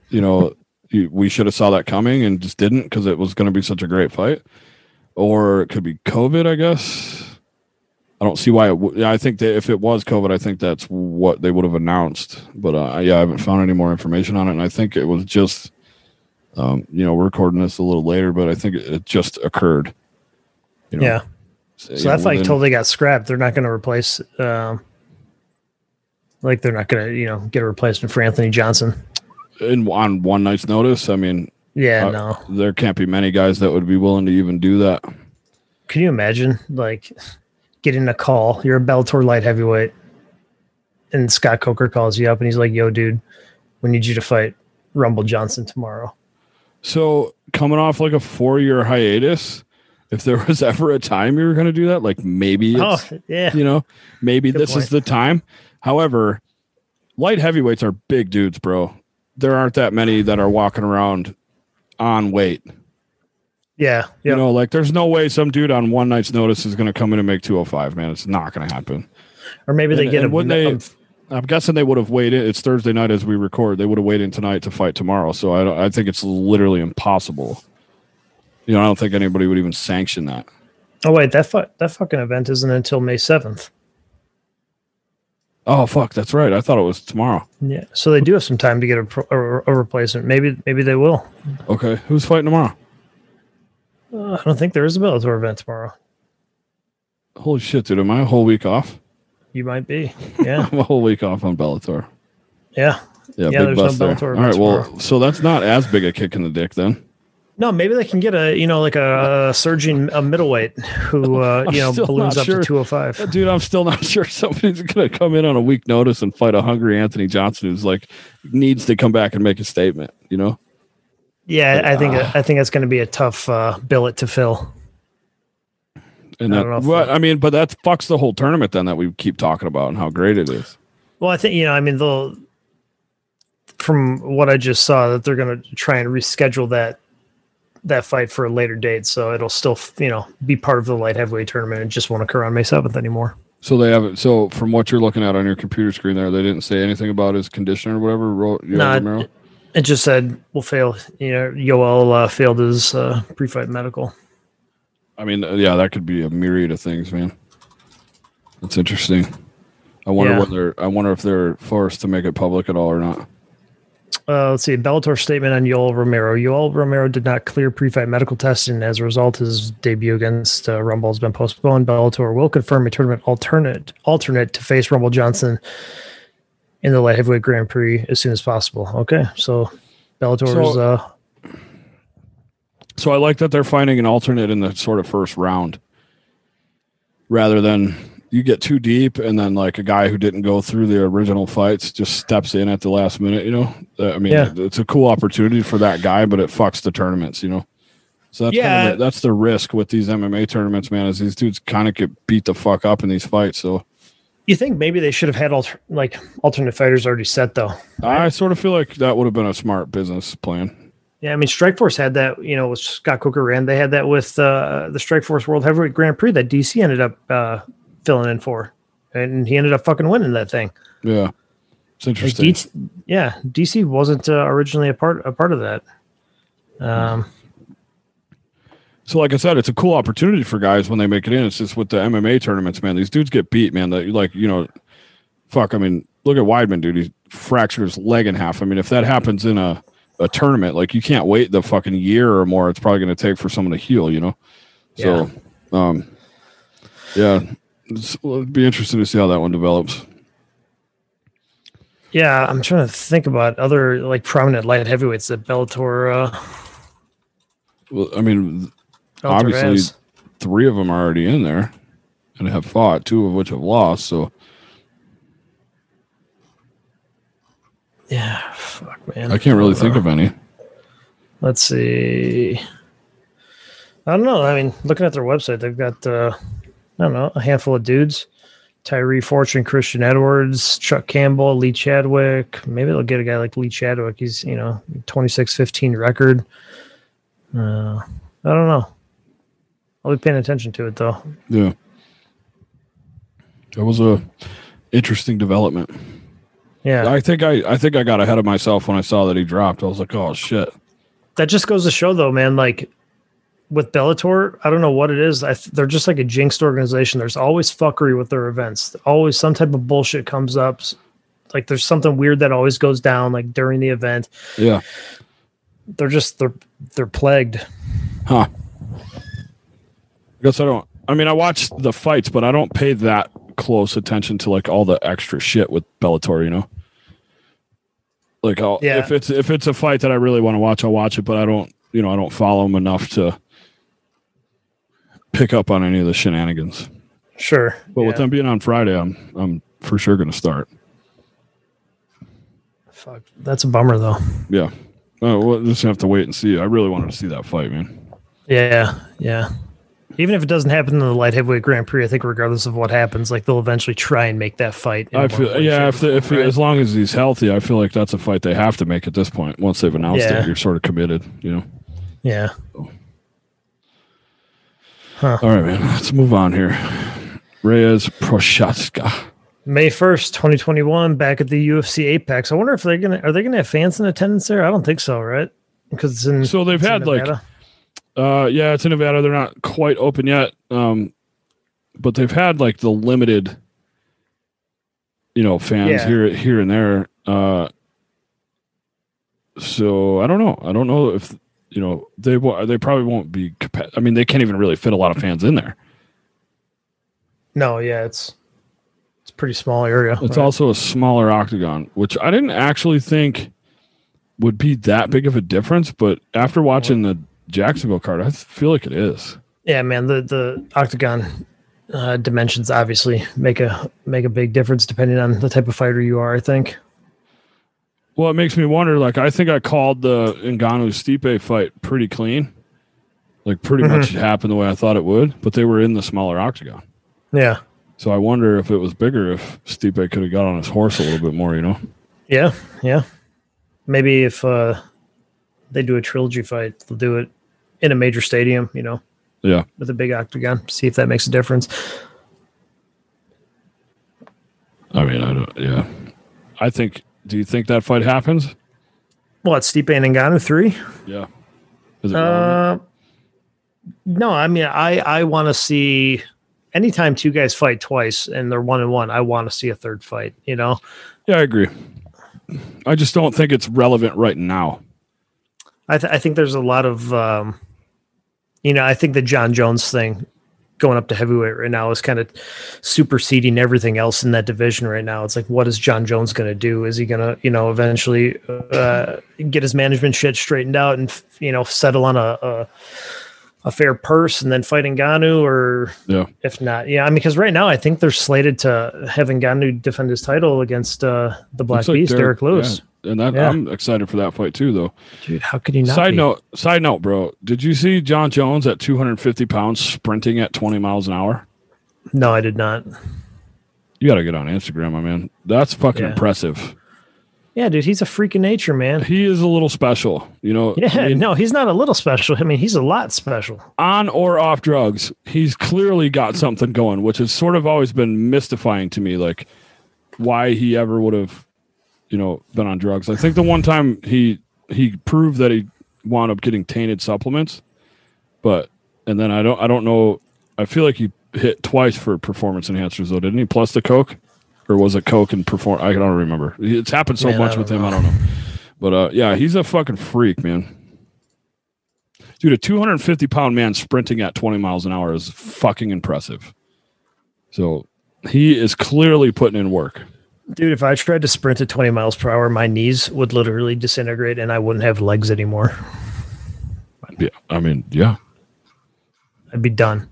Speaker 1: you know you- we should have saw that coming and just didn't because it was going to be such a great fight or it could be covid i guess i don't see why it w- yeah, i think that if it was covid i think that's what they would have announced but uh, yeah i haven't found any more information on it and i think it was just um, you know we're recording this a little later but i think it, it just occurred you know,
Speaker 2: yeah,
Speaker 1: you
Speaker 2: so
Speaker 1: know,
Speaker 2: that fight
Speaker 1: within-
Speaker 2: totally got scrapped. They're not going to replace, um, like they're not going to you know get a replacement for Anthony Johnson.
Speaker 1: in on one night's notice i mean
Speaker 2: Yeah,
Speaker 1: Uh,
Speaker 2: no.
Speaker 1: there can't be many guys that would be willing to even do that.
Speaker 2: Can you imagine like getting a call? You're a Bellator light heavyweight, and Scott Coker calls you up and he's like, "Yo, dude, we need you to fight Rumble Johnson tomorrow."
Speaker 1: So coming off like a four year hiatus, if there was ever a time you were going to do that, like maybe it's,
Speaker 2: oh yeah,
Speaker 1: you know, maybe
Speaker 2: Good
Speaker 1: this is
Speaker 2: point.
Speaker 1: the time. However, light heavyweights are big dudes, bro. There aren't that many that are walking around on weight.
Speaker 2: yeah,
Speaker 1: You
Speaker 2: yeah.
Speaker 1: know, like there's no way some dude on one night's notice is going to come in and make 205, man. It's not going to happen.
Speaker 2: Or maybe they
Speaker 1: And-
Speaker 2: get
Speaker 1: and
Speaker 2: a,
Speaker 1: wouldn't they-
Speaker 2: a
Speaker 1: I'm guessing they would have waited. It's Thursday night as we record. They would have waited tonight to fight tomorrow. So I, don't- I think it's literally impossible. You know, I don't think anybody would even sanction that.
Speaker 2: Oh wait, that fu- that fucking event isn't until May seventh.
Speaker 1: Oh fuck, that's right. I thought it was tomorrow.
Speaker 2: Yeah, so they do have some time to get a, pro- a, a replacement. Maybe maybe they will.
Speaker 1: Okay, who's fighting tomorrow?
Speaker 2: Uh, I don't think there is a Bellator event tomorrow.
Speaker 1: Holy shit, dude! Am I a whole week off?
Speaker 2: You might be. Yeah.
Speaker 1: I'm a whole week off on Bellator.
Speaker 2: Yeah.
Speaker 1: Yeah,
Speaker 2: Yeah,
Speaker 1: big
Speaker 2: there's no
Speaker 1: bust there.
Speaker 2: Bellator
Speaker 1: All right,
Speaker 2: events
Speaker 1: well,
Speaker 2: tomorrow.
Speaker 1: so that's not as big a kick in the dick then.
Speaker 2: No, maybe they can get a, you know, like a, surging a middleweight who, uh,
Speaker 1: I'm
Speaker 2: you know,
Speaker 1: still
Speaker 2: balloons
Speaker 1: not
Speaker 2: up
Speaker 1: sure.
Speaker 2: to 205.
Speaker 1: Dude, I'm still not sure somebody's going to come in on a week notice and fight a hungry Anthony Johnson who's like needs to come back and make a statement, you know?
Speaker 2: Yeah, I think I think that's going to be a tough uh, billet to fill.
Speaker 1: And
Speaker 2: I
Speaker 1: that,
Speaker 2: don't know if
Speaker 1: well, I mean, but that fucks the whole tournament then that we keep talking about and how great it is.
Speaker 2: Well, I think you know, I mean, they'll from what I just saw that they're going to try and reschedule that that fight for a later date, so it'll still you know be part of the light heavyweight tournament. It just won't occur on May seventh anymore.
Speaker 1: So they haven't. So from what you're looking at on your computer screen there, they didn't say anything about his condition or whatever. Ro- you know,
Speaker 2: No,
Speaker 1: Romero?
Speaker 2: it, it just said we'll fail. You know, Yoel uh, failed his uh, pre-fight medical.
Speaker 1: I mean, uh, yeah, that could be a myriad of things, man. That's interesting. I wonder
Speaker 2: Yeah.
Speaker 1: whether I wonder if they're forced to make it public at all or not.
Speaker 2: Uh, let's see. Bellator statement on Yoel Romero. Yoel Romero did not clear pre-fight medical testing. As a result, his debut against uh, Rumble has been postponed. Bellator will confirm a tournament alternate alternate to face Rumble Johnson in the light heavyweight Grand Prix as soon as possible. Okay, so Bellator's
Speaker 1: So-
Speaker 2: uh,
Speaker 1: So I like that they're finding an alternate in the sort of first round, rather than you get too deep and then like a guy who didn't go through the original fights just steps in at the last minute. You know, Uh, I mean,
Speaker 2: Yeah.
Speaker 1: it's a cool opportunity for that guy, but it fucks the tournaments. You know, so that's kind
Speaker 2: Yeah.
Speaker 1: of the, that's the risk with these MMA tournaments, man. Is these dudes kind of get beat the fuck up in these fights. So
Speaker 2: you think maybe they should have had alter- like alternate fighters already set though.
Speaker 1: I sort of feel like that would have been a smart business plan.
Speaker 2: Yeah, I mean, Strikeforce had that, you know, with Scott Coker ran. They had that with uh, the Strikeforce World Heavyweight Grand Prix that DC ended up uh, filling in for, and he ended up fucking winning that thing.
Speaker 1: Yeah, it's
Speaker 2: Like,
Speaker 1: interesting.
Speaker 2: DC, yeah, DC wasn't uh, originally a part a part of that. Um,
Speaker 1: So, like I said, it's a cool opportunity for guys when they make it in. It's just with the MMA tournaments, man. These dudes get beat, man. That like you know, fuck. I mean, look at Weidman, dude. He fractured his leg in half. I mean, if that happens in a a tournament, like you can't wait the fucking year or more. It's probably going to take for someone to heal. You know. So, um, yeah, it's, well, it'd be interesting to see how that one develops.
Speaker 2: yeah, I'm trying to think about other like prominent light heavyweights that Bellator. Uh,
Speaker 1: Well, I mean,
Speaker 2: Bellator
Speaker 1: Obviously,
Speaker 2: has.
Speaker 1: three of them are already in there and have fought. Two of which have lost. So
Speaker 2: yeah, fuck man, Uh,
Speaker 1: I can't really think of any.
Speaker 2: Let's see. I don't know. I mean, looking at their website, they've got uh, I don't know a handful of dudes: Tyree Fortune, Christian Edwards, Chuck Campbell, Lee Chadwick. Maybe they'll get a guy like Lee Chadwick. He's you know twenty six fifteen record. Uh, I don't know. I'll be paying attention to it though.
Speaker 1: Yeah. That was a interesting development.
Speaker 2: Yeah,
Speaker 1: I think I, I think I got ahead of myself when I saw that he dropped. I was like, oh shit.
Speaker 2: that just goes to show though, man. Like with Bellator, I don't know what it is. I, th- they're just like a jinxed organization. There's always fuckery with their events. Always some type of bullshit comes up. S- Like there's something weird that always goes down like during the event.
Speaker 1: Yeah.
Speaker 2: They're just they're they're plagued.
Speaker 1: Huh. I guess I don't I mean I watch the fights, but I don't pay that close attention to like all the extra shit with Bellator, you know? Like I'll
Speaker 2: Yeah.
Speaker 1: if it's if it's a fight that I really want to watch, I'll watch it, but I don't you know, I don't follow him enough to pick up on any of the shenanigans.
Speaker 2: Sure.
Speaker 1: But with
Speaker 2: Yeah.
Speaker 1: them being on Friday, I'm I'm for sure going to start.
Speaker 2: Fuck. That's a bummer though.
Speaker 1: Yeah. Oh, we'll just have to wait and see. I really wanted to see that fight, man.
Speaker 2: Yeah. Yeah. Even if it doesn't happen in the light heavyweight Grand Prix, I think regardless of what happens, like they'll eventually try and make that fight. in
Speaker 1: I
Speaker 2: one
Speaker 1: feel,
Speaker 2: way,
Speaker 1: yeah,
Speaker 2: shape,
Speaker 1: if, the, if
Speaker 2: right?
Speaker 1: as long as he's healthy, I feel like that's a fight they have to make at this point. Once they've announced
Speaker 2: Yeah.
Speaker 1: it, you're sort of committed, you know.
Speaker 2: yeah.
Speaker 1: All right, man. Let's move on here. Reyes Prochaska.
Speaker 2: May first, twenty twenty one, back at the UFC Apex. I wonder if they're gonna are they gonna have fans in attendance there? I don't think so, right? Because it's in
Speaker 1: So they've
Speaker 2: it's in
Speaker 1: had like
Speaker 2: Nevada.
Speaker 1: Uh, yeah, it's in Nevada. They're not quite open yet. Um, but they've had like the limited, you know, fans
Speaker 2: Yeah.
Speaker 1: here, here and there. Uh, so I don't know. I don't know if you know they wa- they probably won't be. Capa- I mean, they can't even really fit a lot of fans in there.
Speaker 2: no, yeah, it's It's a pretty small area.
Speaker 1: It's
Speaker 2: but
Speaker 1: also a smaller octagon, which I didn't actually think would be that big of a difference. But after watching the Jacksonville card, I feel like it is.
Speaker 2: yeah, man. The the octagon uh, dimensions obviously make a make a big difference depending on the type of fighter you are. I think.
Speaker 1: Well, it makes me wonder. Like, I think I called the Ngannou Stipe fight pretty clean. Like, pretty
Speaker 2: Mm-hmm.
Speaker 1: much it happened the way I thought it would, but they were in the smaller octagon.
Speaker 2: Yeah.
Speaker 1: So I wonder if it was bigger, if Stipe could have got on his horse a little bit more, you know?
Speaker 2: Yeah. Yeah. Maybe if uh, they do a trilogy fight, they'll do it in a major stadium. You know,
Speaker 1: Yeah.
Speaker 2: with a big octagon. See if that makes a difference.
Speaker 1: I mean, I don't, yeah. I think, do you think that fight happens?
Speaker 2: Well, it's Stipe and Ngannou three.
Speaker 1: Yeah. Is it relevant?
Speaker 2: Uh, no, I mean, I I want to see anytime two guys fight twice and they're one and one. I want to see a third fight. You know,
Speaker 1: yeah, I agree. I just don't think it's relevant right now.
Speaker 2: I th- I think there's a lot of, um, you know, I think the John Jones thing going up to heavyweight right now is kind of superseding everything else in that division right now. It's like, what is John Jones going to do? Is he going to, you know, eventually uh, get his management shit straightened out and you know settle on a. a a fair purse and then fight Ngannou or
Speaker 1: Yeah.
Speaker 2: if not, yeah. I mean, because right now I think they're slated to have Ngannou defend his title against uh, the Black
Speaker 1: Looks like
Speaker 2: Beast, Derek, Lewis.
Speaker 1: yeah. And that,
Speaker 2: Yeah.
Speaker 1: I'm excited for that fight too, though.
Speaker 2: Dude, how could you not?
Speaker 1: Side
Speaker 2: be?
Speaker 1: note, side note, bro. Did you see John Jones at 250 pounds sprinting at 20 miles an hour?
Speaker 2: no, I did not.
Speaker 1: You got to get on Instagram, my man. That's fucking
Speaker 2: Yeah.
Speaker 1: impressive.
Speaker 2: Yeah, dude, he's a freak of nature, man.
Speaker 1: He is a little special, you know.
Speaker 2: Yeah,
Speaker 1: I mean,
Speaker 2: no, he's not a little special. I mean, he's a lot special.
Speaker 1: on or off drugs, he's clearly got something going, which has sort of always been mystifying to me, like why he ever would have, you know, been on drugs. I think the one time he he proved that he wound up getting tainted supplements, but and then I don't I don't know. I feel like he hit twice for performance enhancers though, didn't he? Plus the coke, or was it coke and perform? I don't remember. It's happened so
Speaker 2: Man, I
Speaker 1: much
Speaker 2: don't
Speaker 1: with him. I
Speaker 2: know.
Speaker 1: don't know. But uh, yeah, he's a fucking freak, man. Dude, a 250 pound man sprinting at 20 miles an hour is fucking impressive. So he is clearly putting in work.
Speaker 2: Dude, if I tried to sprint at 20 miles per hour, my knees would literally disintegrate and I wouldn't have legs anymore.
Speaker 1: Yeah, I mean, yeah,
Speaker 2: I'd be done.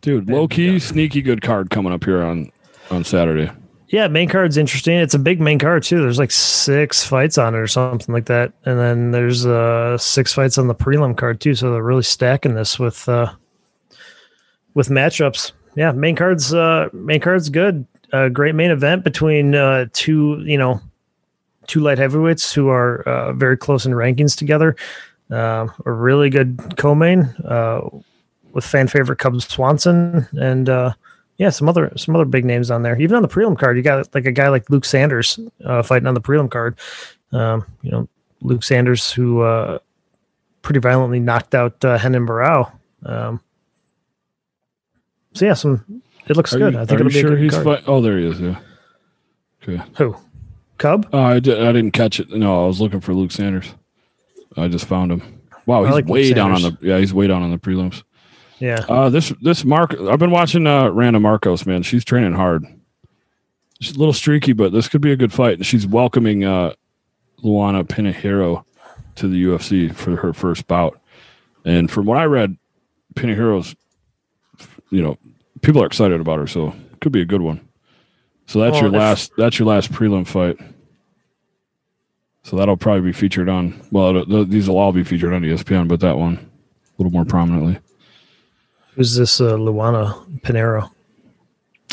Speaker 1: dude, low key, sneaky good card coming up here on on Saturday.
Speaker 2: Yeah, main card's interesting. It's a big main card too. There's like six fights on it or something like that, and then there's uh six fights on the prelim card too. So they're really stacking this with uh with matchups. Yeah, main card's uh main card's good. uh, great main event between uh two you know two light heavyweights who are uh, very close in rankings together. Um a really good co-main uh, with fan favorite Cub Swanson and. uh yeah, some other some other big names on there. Even on the prelim card, you got like a guy like Luke Sanders uh, fighting on the prelim card. Um, you know, Luke Sanders who uh, pretty violently knocked out uh, Henan Barrow. Um, so yeah, some it looks
Speaker 1: Are
Speaker 2: good.
Speaker 1: you,
Speaker 2: I think
Speaker 1: are
Speaker 2: it'll
Speaker 1: you
Speaker 2: be a
Speaker 1: sure
Speaker 2: good
Speaker 1: he's
Speaker 2: card.
Speaker 1: fi- Oh, there he is. Yeah. Okay.
Speaker 2: who Cub?
Speaker 1: Oh, I, did, I didn't catch it. No, I was looking for Luke Sanders. I just found him. Wow, he's
Speaker 2: like Luke
Speaker 1: way down on the
Speaker 2: Sanders.
Speaker 1: yeah, he's way down on the prelims.
Speaker 2: Yeah,
Speaker 1: Uh, this this Mark, I've been watching uh, Randa Marcos. Man, she's training hard. She's a little streaky, but this could be a good fight. And she's welcoming uh, Luana Pinheiro to the UFC for her first bout. And from what I read, Pinheiro's, you know, people are excited about her, so it could be a good one. So that's
Speaker 2: Well,
Speaker 1: your
Speaker 2: if-
Speaker 1: last. That's your last prelim fight. So that'll probably be featured on. Well, th- th- these will all be featured on E ESPN, but that one a little more prominently.
Speaker 2: who's this uh, Luana Pinero?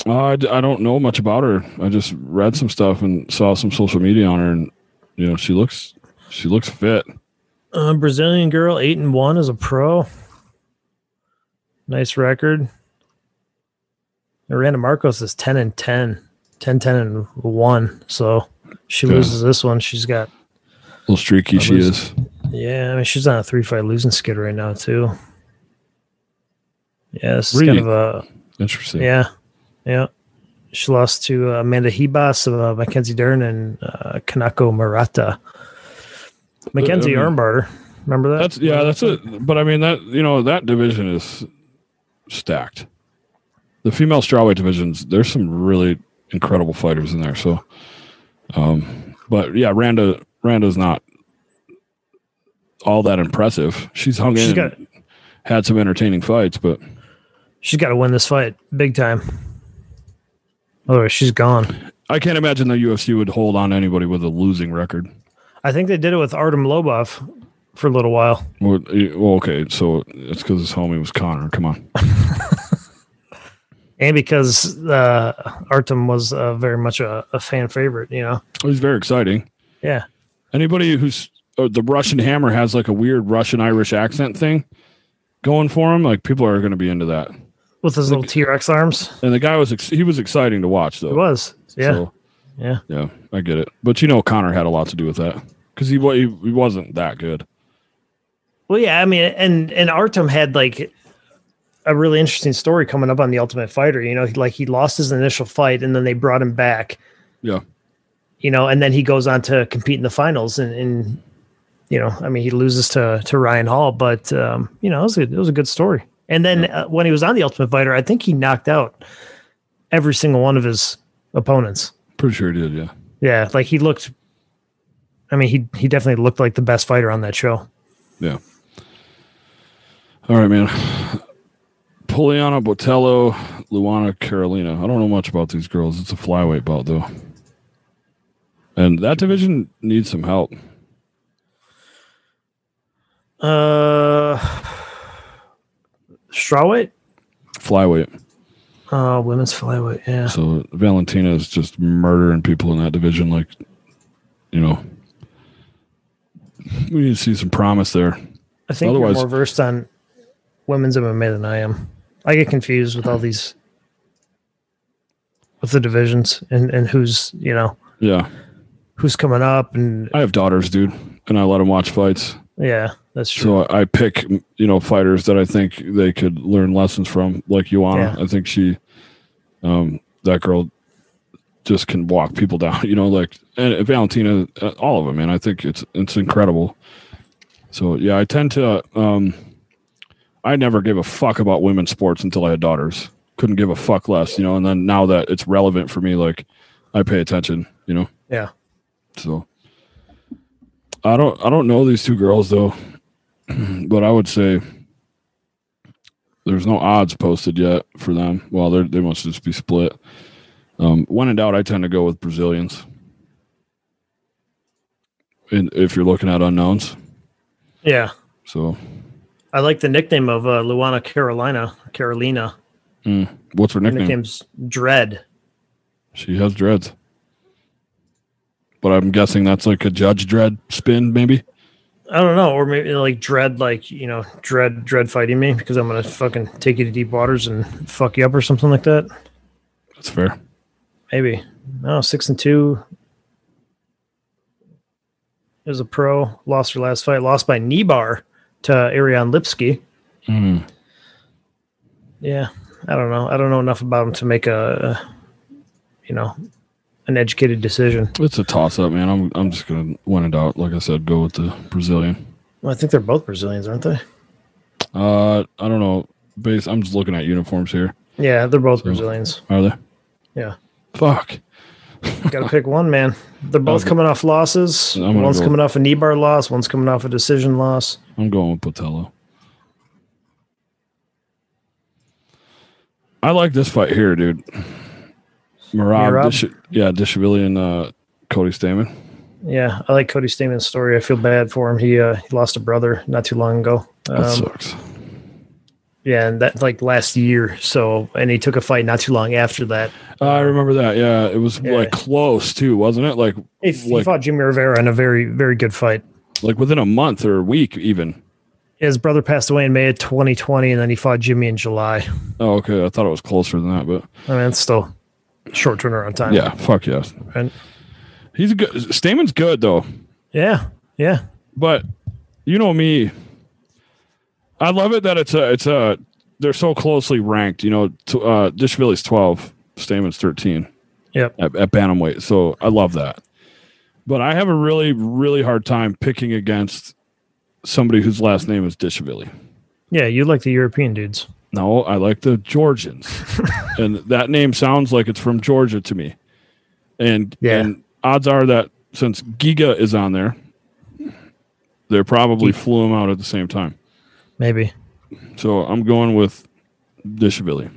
Speaker 1: Uh, I, d- I don't know much about her. I just read some stuff and saw some social media on her, and you know she looks she looks fit.
Speaker 2: Uh, Brazilian girl, eight and one as a pro. Nice record. Miranda Marcos is 10 and 10, 10, 10 and 1. So she
Speaker 1: Good.
Speaker 2: loses this one. She's got,
Speaker 1: A little streaky
Speaker 2: At
Speaker 1: she
Speaker 2: least-
Speaker 1: is.
Speaker 2: yeah, I mean, she's on a three fight losing skid right now, too. Yeah, this is
Speaker 1: Really?
Speaker 2: kind of a,
Speaker 1: Interesting.
Speaker 2: yeah, yeah. She lost to uh, Amanda Hebas, uh, Mackenzie Dern, and uh, Kanako Murata. Mackenzie
Speaker 1: mean-
Speaker 2: Armbarter. Remember that?
Speaker 1: That's yeah, that's it. But I mean that you know that division is stacked. the female strawweight divisions, there's some really incredible fighters in there. So, um, but yeah, Randa Randa's not all that impressive. She's hung
Speaker 2: She's
Speaker 1: in,
Speaker 2: got-
Speaker 1: and had some entertaining fights, but
Speaker 2: She's got to win this fight big time. Otherwise, she's gone.
Speaker 1: I can't imagine the UFC would hold on to anybody with a losing record.
Speaker 2: I think they did it with Artem Lobov for a little while.
Speaker 1: Well, eh, well, okay, so it's because his homie was Connor. Come on,
Speaker 2: And because uh, Artem was uh, very much a, a fan favorite, you know?
Speaker 1: he's very exciting.
Speaker 2: Yeah.
Speaker 1: Anybody who's oh, the Russian Hammer has like a weird Russian Irish accent thing going for him. Like people are going to be into that.
Speaker 2: With his little T Rex arms.
Speaker 1: And the guy was ex- he was exciting to watch though.
Speaker 2: It was. Yeah.
Speaker 1: So,
Speaker 2: yeah.
Speaker 1: yeah, I get it. But you know, Connor had a lot to do with that because he, wa- he he wasn't that good.
Speaker 2: Well, yeah, I mean, and and Artem had like a really interesting story coming up on the Ultimate Fighter. You know, he, like he lost his initial fight, and then they brought him back.
Speaker 1: Yeah.
Speaker 2: You know, and then he goes on to compete in the finals, and, and you know, I mean, he loses to to Ryan Hall, but um, you know, it was a, it was a good story. And then uh, when he was on the Ultimate Fighter, I think he knocked out every single one of his opponents.
Speaker 1: Pretty sure he did. Yeah.
Speaker 2: Yeah, like he looked. I mean, he he definitely looked like the best fighter on that show.
Speaker 1: Yeah. All right, man. Poliana Botello, Luana Carolina. I don't know much about these girls. It's a flyweight belt, though. And that division needs some help.
Speaker 2: Uh, strawweight,
Speaker 1: Flyweight.
Speaker 2: uh, women's flyweight. Yeah,
Speaker 1: So Valentina is just murdering people in that division. Like, you know, we need to see some promise there.
Speaker 2: I think
Speaker 1: Otherwise-
Speaker 2: you're more versed on women's MMA than I am. I get confused with all these with the divisions and and who's you know
Speaker 1: Yeah.
Speaker 2: who's coming up and
Speaker 1: I have daughters, dude, and I let them watch fights.
Speaker 2: yeah, that's true.
Speaker 1: So I I pick, you know, fighters that I think they could learn lessons from, like Ioana.
Speaker 2: Yeah.
Speaker 1: I think she, um, that girl, just can walk people down. You know, like and Valentina, uh, all of them, man. I think it's it's incredible. So yeah, I tend to, um, I never gave a fuck about women's sports until I had daughters. Couldn't give a fuck less, you know. And then now that it's relevant for me, like I pay attention, you know.
Speaker 2: yeah,
Speaker 1: So I don't I don't know these two girls though, but I would say there's no odds posted yet for them. Well, they they must just be split. Um, when in doubt, I tend to go with Brazilians. And if you're looking at unknowns,
Speaker 2: yeah.
Speaker 1: so
Speaker 2: I like the nickname of uh, Luana Carolina Carolina.
Speaker 1: what's her
Speaker 2: Her
Speaker 1: nickname?
Speaker 2: nickname's Dread.
Speaker 1: She has dreads, but I'm guessing that's like a Judge Dread spin, maybe.
Speaker 2: I don't know, or maybe like dread, like you know, dread, dread fighting me because I'm gonna fucking take you to deep waters and fuck you up or something like that.
Speaker 1: That's fair.
Speaker 2: Maybe. No, six and two. It was a pro. Lost her last fight. Lost by knee bar to Ariane Lipsky.
Speaker 1: Hmm.
Speaker 2: Yeah, I don't know. I don't know enough about him to make a, you know, an educated decision.
Speaker 1: It's a toss up, man. I'm I'm just gonna when in doubt, like I said, go with the Brazilian.
Speaker 2: Well, I think they're both Brazilians, aren't they?
Speaker 1: Uh I don't know. Base I'm just looking at uniforms here.
Speaker 2: Yeah, they're
Speaker 1: Hmm.
Speaker 2: both Brazilians.
Speaker 1: Are they?
Speaker 2: Yeah.
Speaker 1: Fuck.
Speaker 2: Got to pick one, man. They're both
Speaker 1: Okay.
Speaker 2: coming off losses.
Speaker 1: I'm gonna
Speaker 2: One's
Speaker 1: go-
Speaker 2: coming off a knee bar loss. One's coming off a decision loss.
Speaker 1: I'm going with Potello. I like this fight here, dude. Marab,
Speaker 2: Merab?
Speaker 1: Dish- yeah, Dishabili and uh, Cody Stamen.
Speaker 2: Yeah, I like Cody Stamen's story. I feel bad for him. He uh, he lost a brother not too long ago.
Speaker 1: That
Speaker 2: Um,
Speaker 1: sucks.
Speaker 2: yeah, and that like last year. So, and he took a fight not too long after that.
Speaker 1: I remember that. Yeah, it was
Speaker 2: yeah.
Speaker 1: like close too, wasn't it? Like
Speaker 2: He, he
Speaker 1: Like-
Speaker 2: fought Jimmy Rivera in a very very good fight.
Speaker 1: like within a month or a week even.
Speaker 2: His brother passed away in May of 2020, and then he fought Jimmy in July.
Speaker 1: Oh, okay. I thought it was closer than that, but
Speaker 2: I mean, it's still short turnaround time.
Speaker 1: yeah, fuck yes.
Speaker 2: And-
Speaker 1: He's a good. Stamen's good though,
Speaker 2: yeah, yeah.
Speaker 1: but you know me. I love it that it's a it's a they're so closely ranked. You know, t- uh, Dishvili's twelve, Stamen's thirteen
Speaker 2: Yep.
Speaker 1: at, at bantamweight. So I love that. But I have a really really hard time picking against somebody whose last name is Dishavili.
Speaker 2: Yeah, you like the European dudes.
Speaker 1: No, I like the Georgians. and that name sounds like it's from Georgia to me. And
Speaker 2: Yeah.
Speaker 1: and odds are that since Giga is on there, they probably flew him out at the same time.
Speaker 2: Maybe.
Speaker 1: So I'm going with Dishabili.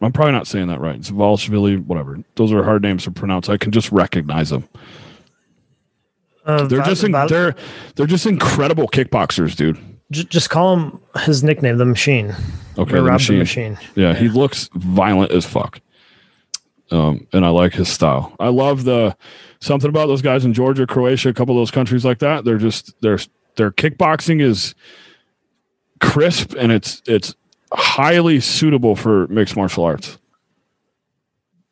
Speaker 1: I'm probably not saying that right. It's Volshvili, whatever. Those are hard names to pronounce. I can just recognize them.
Speaker 2: Uh,
Speaker 1: They're
Speaker 2: Val-
Speaker 1: just in,
Speaker 2: Val-
Speaker 1: they're they're just incredible kickboxers, dude.
Speaker 2: J- just call him his nickname, the Machine.
Speaker 1: Okay,
Speaker 2: Or
Speaker 1: the
Speaker 2: Rob
Speaker 1: machine.
Speaker 2: the Machine.
Speaker 1: Yeah, he looks violent as fuck. Um, and I like his style. I love the something about those guys in Georgia, Croatia, a couple of those countries like that. They're just their their kickboxing is crisp and it's it's highly suitable for mixed martial arts.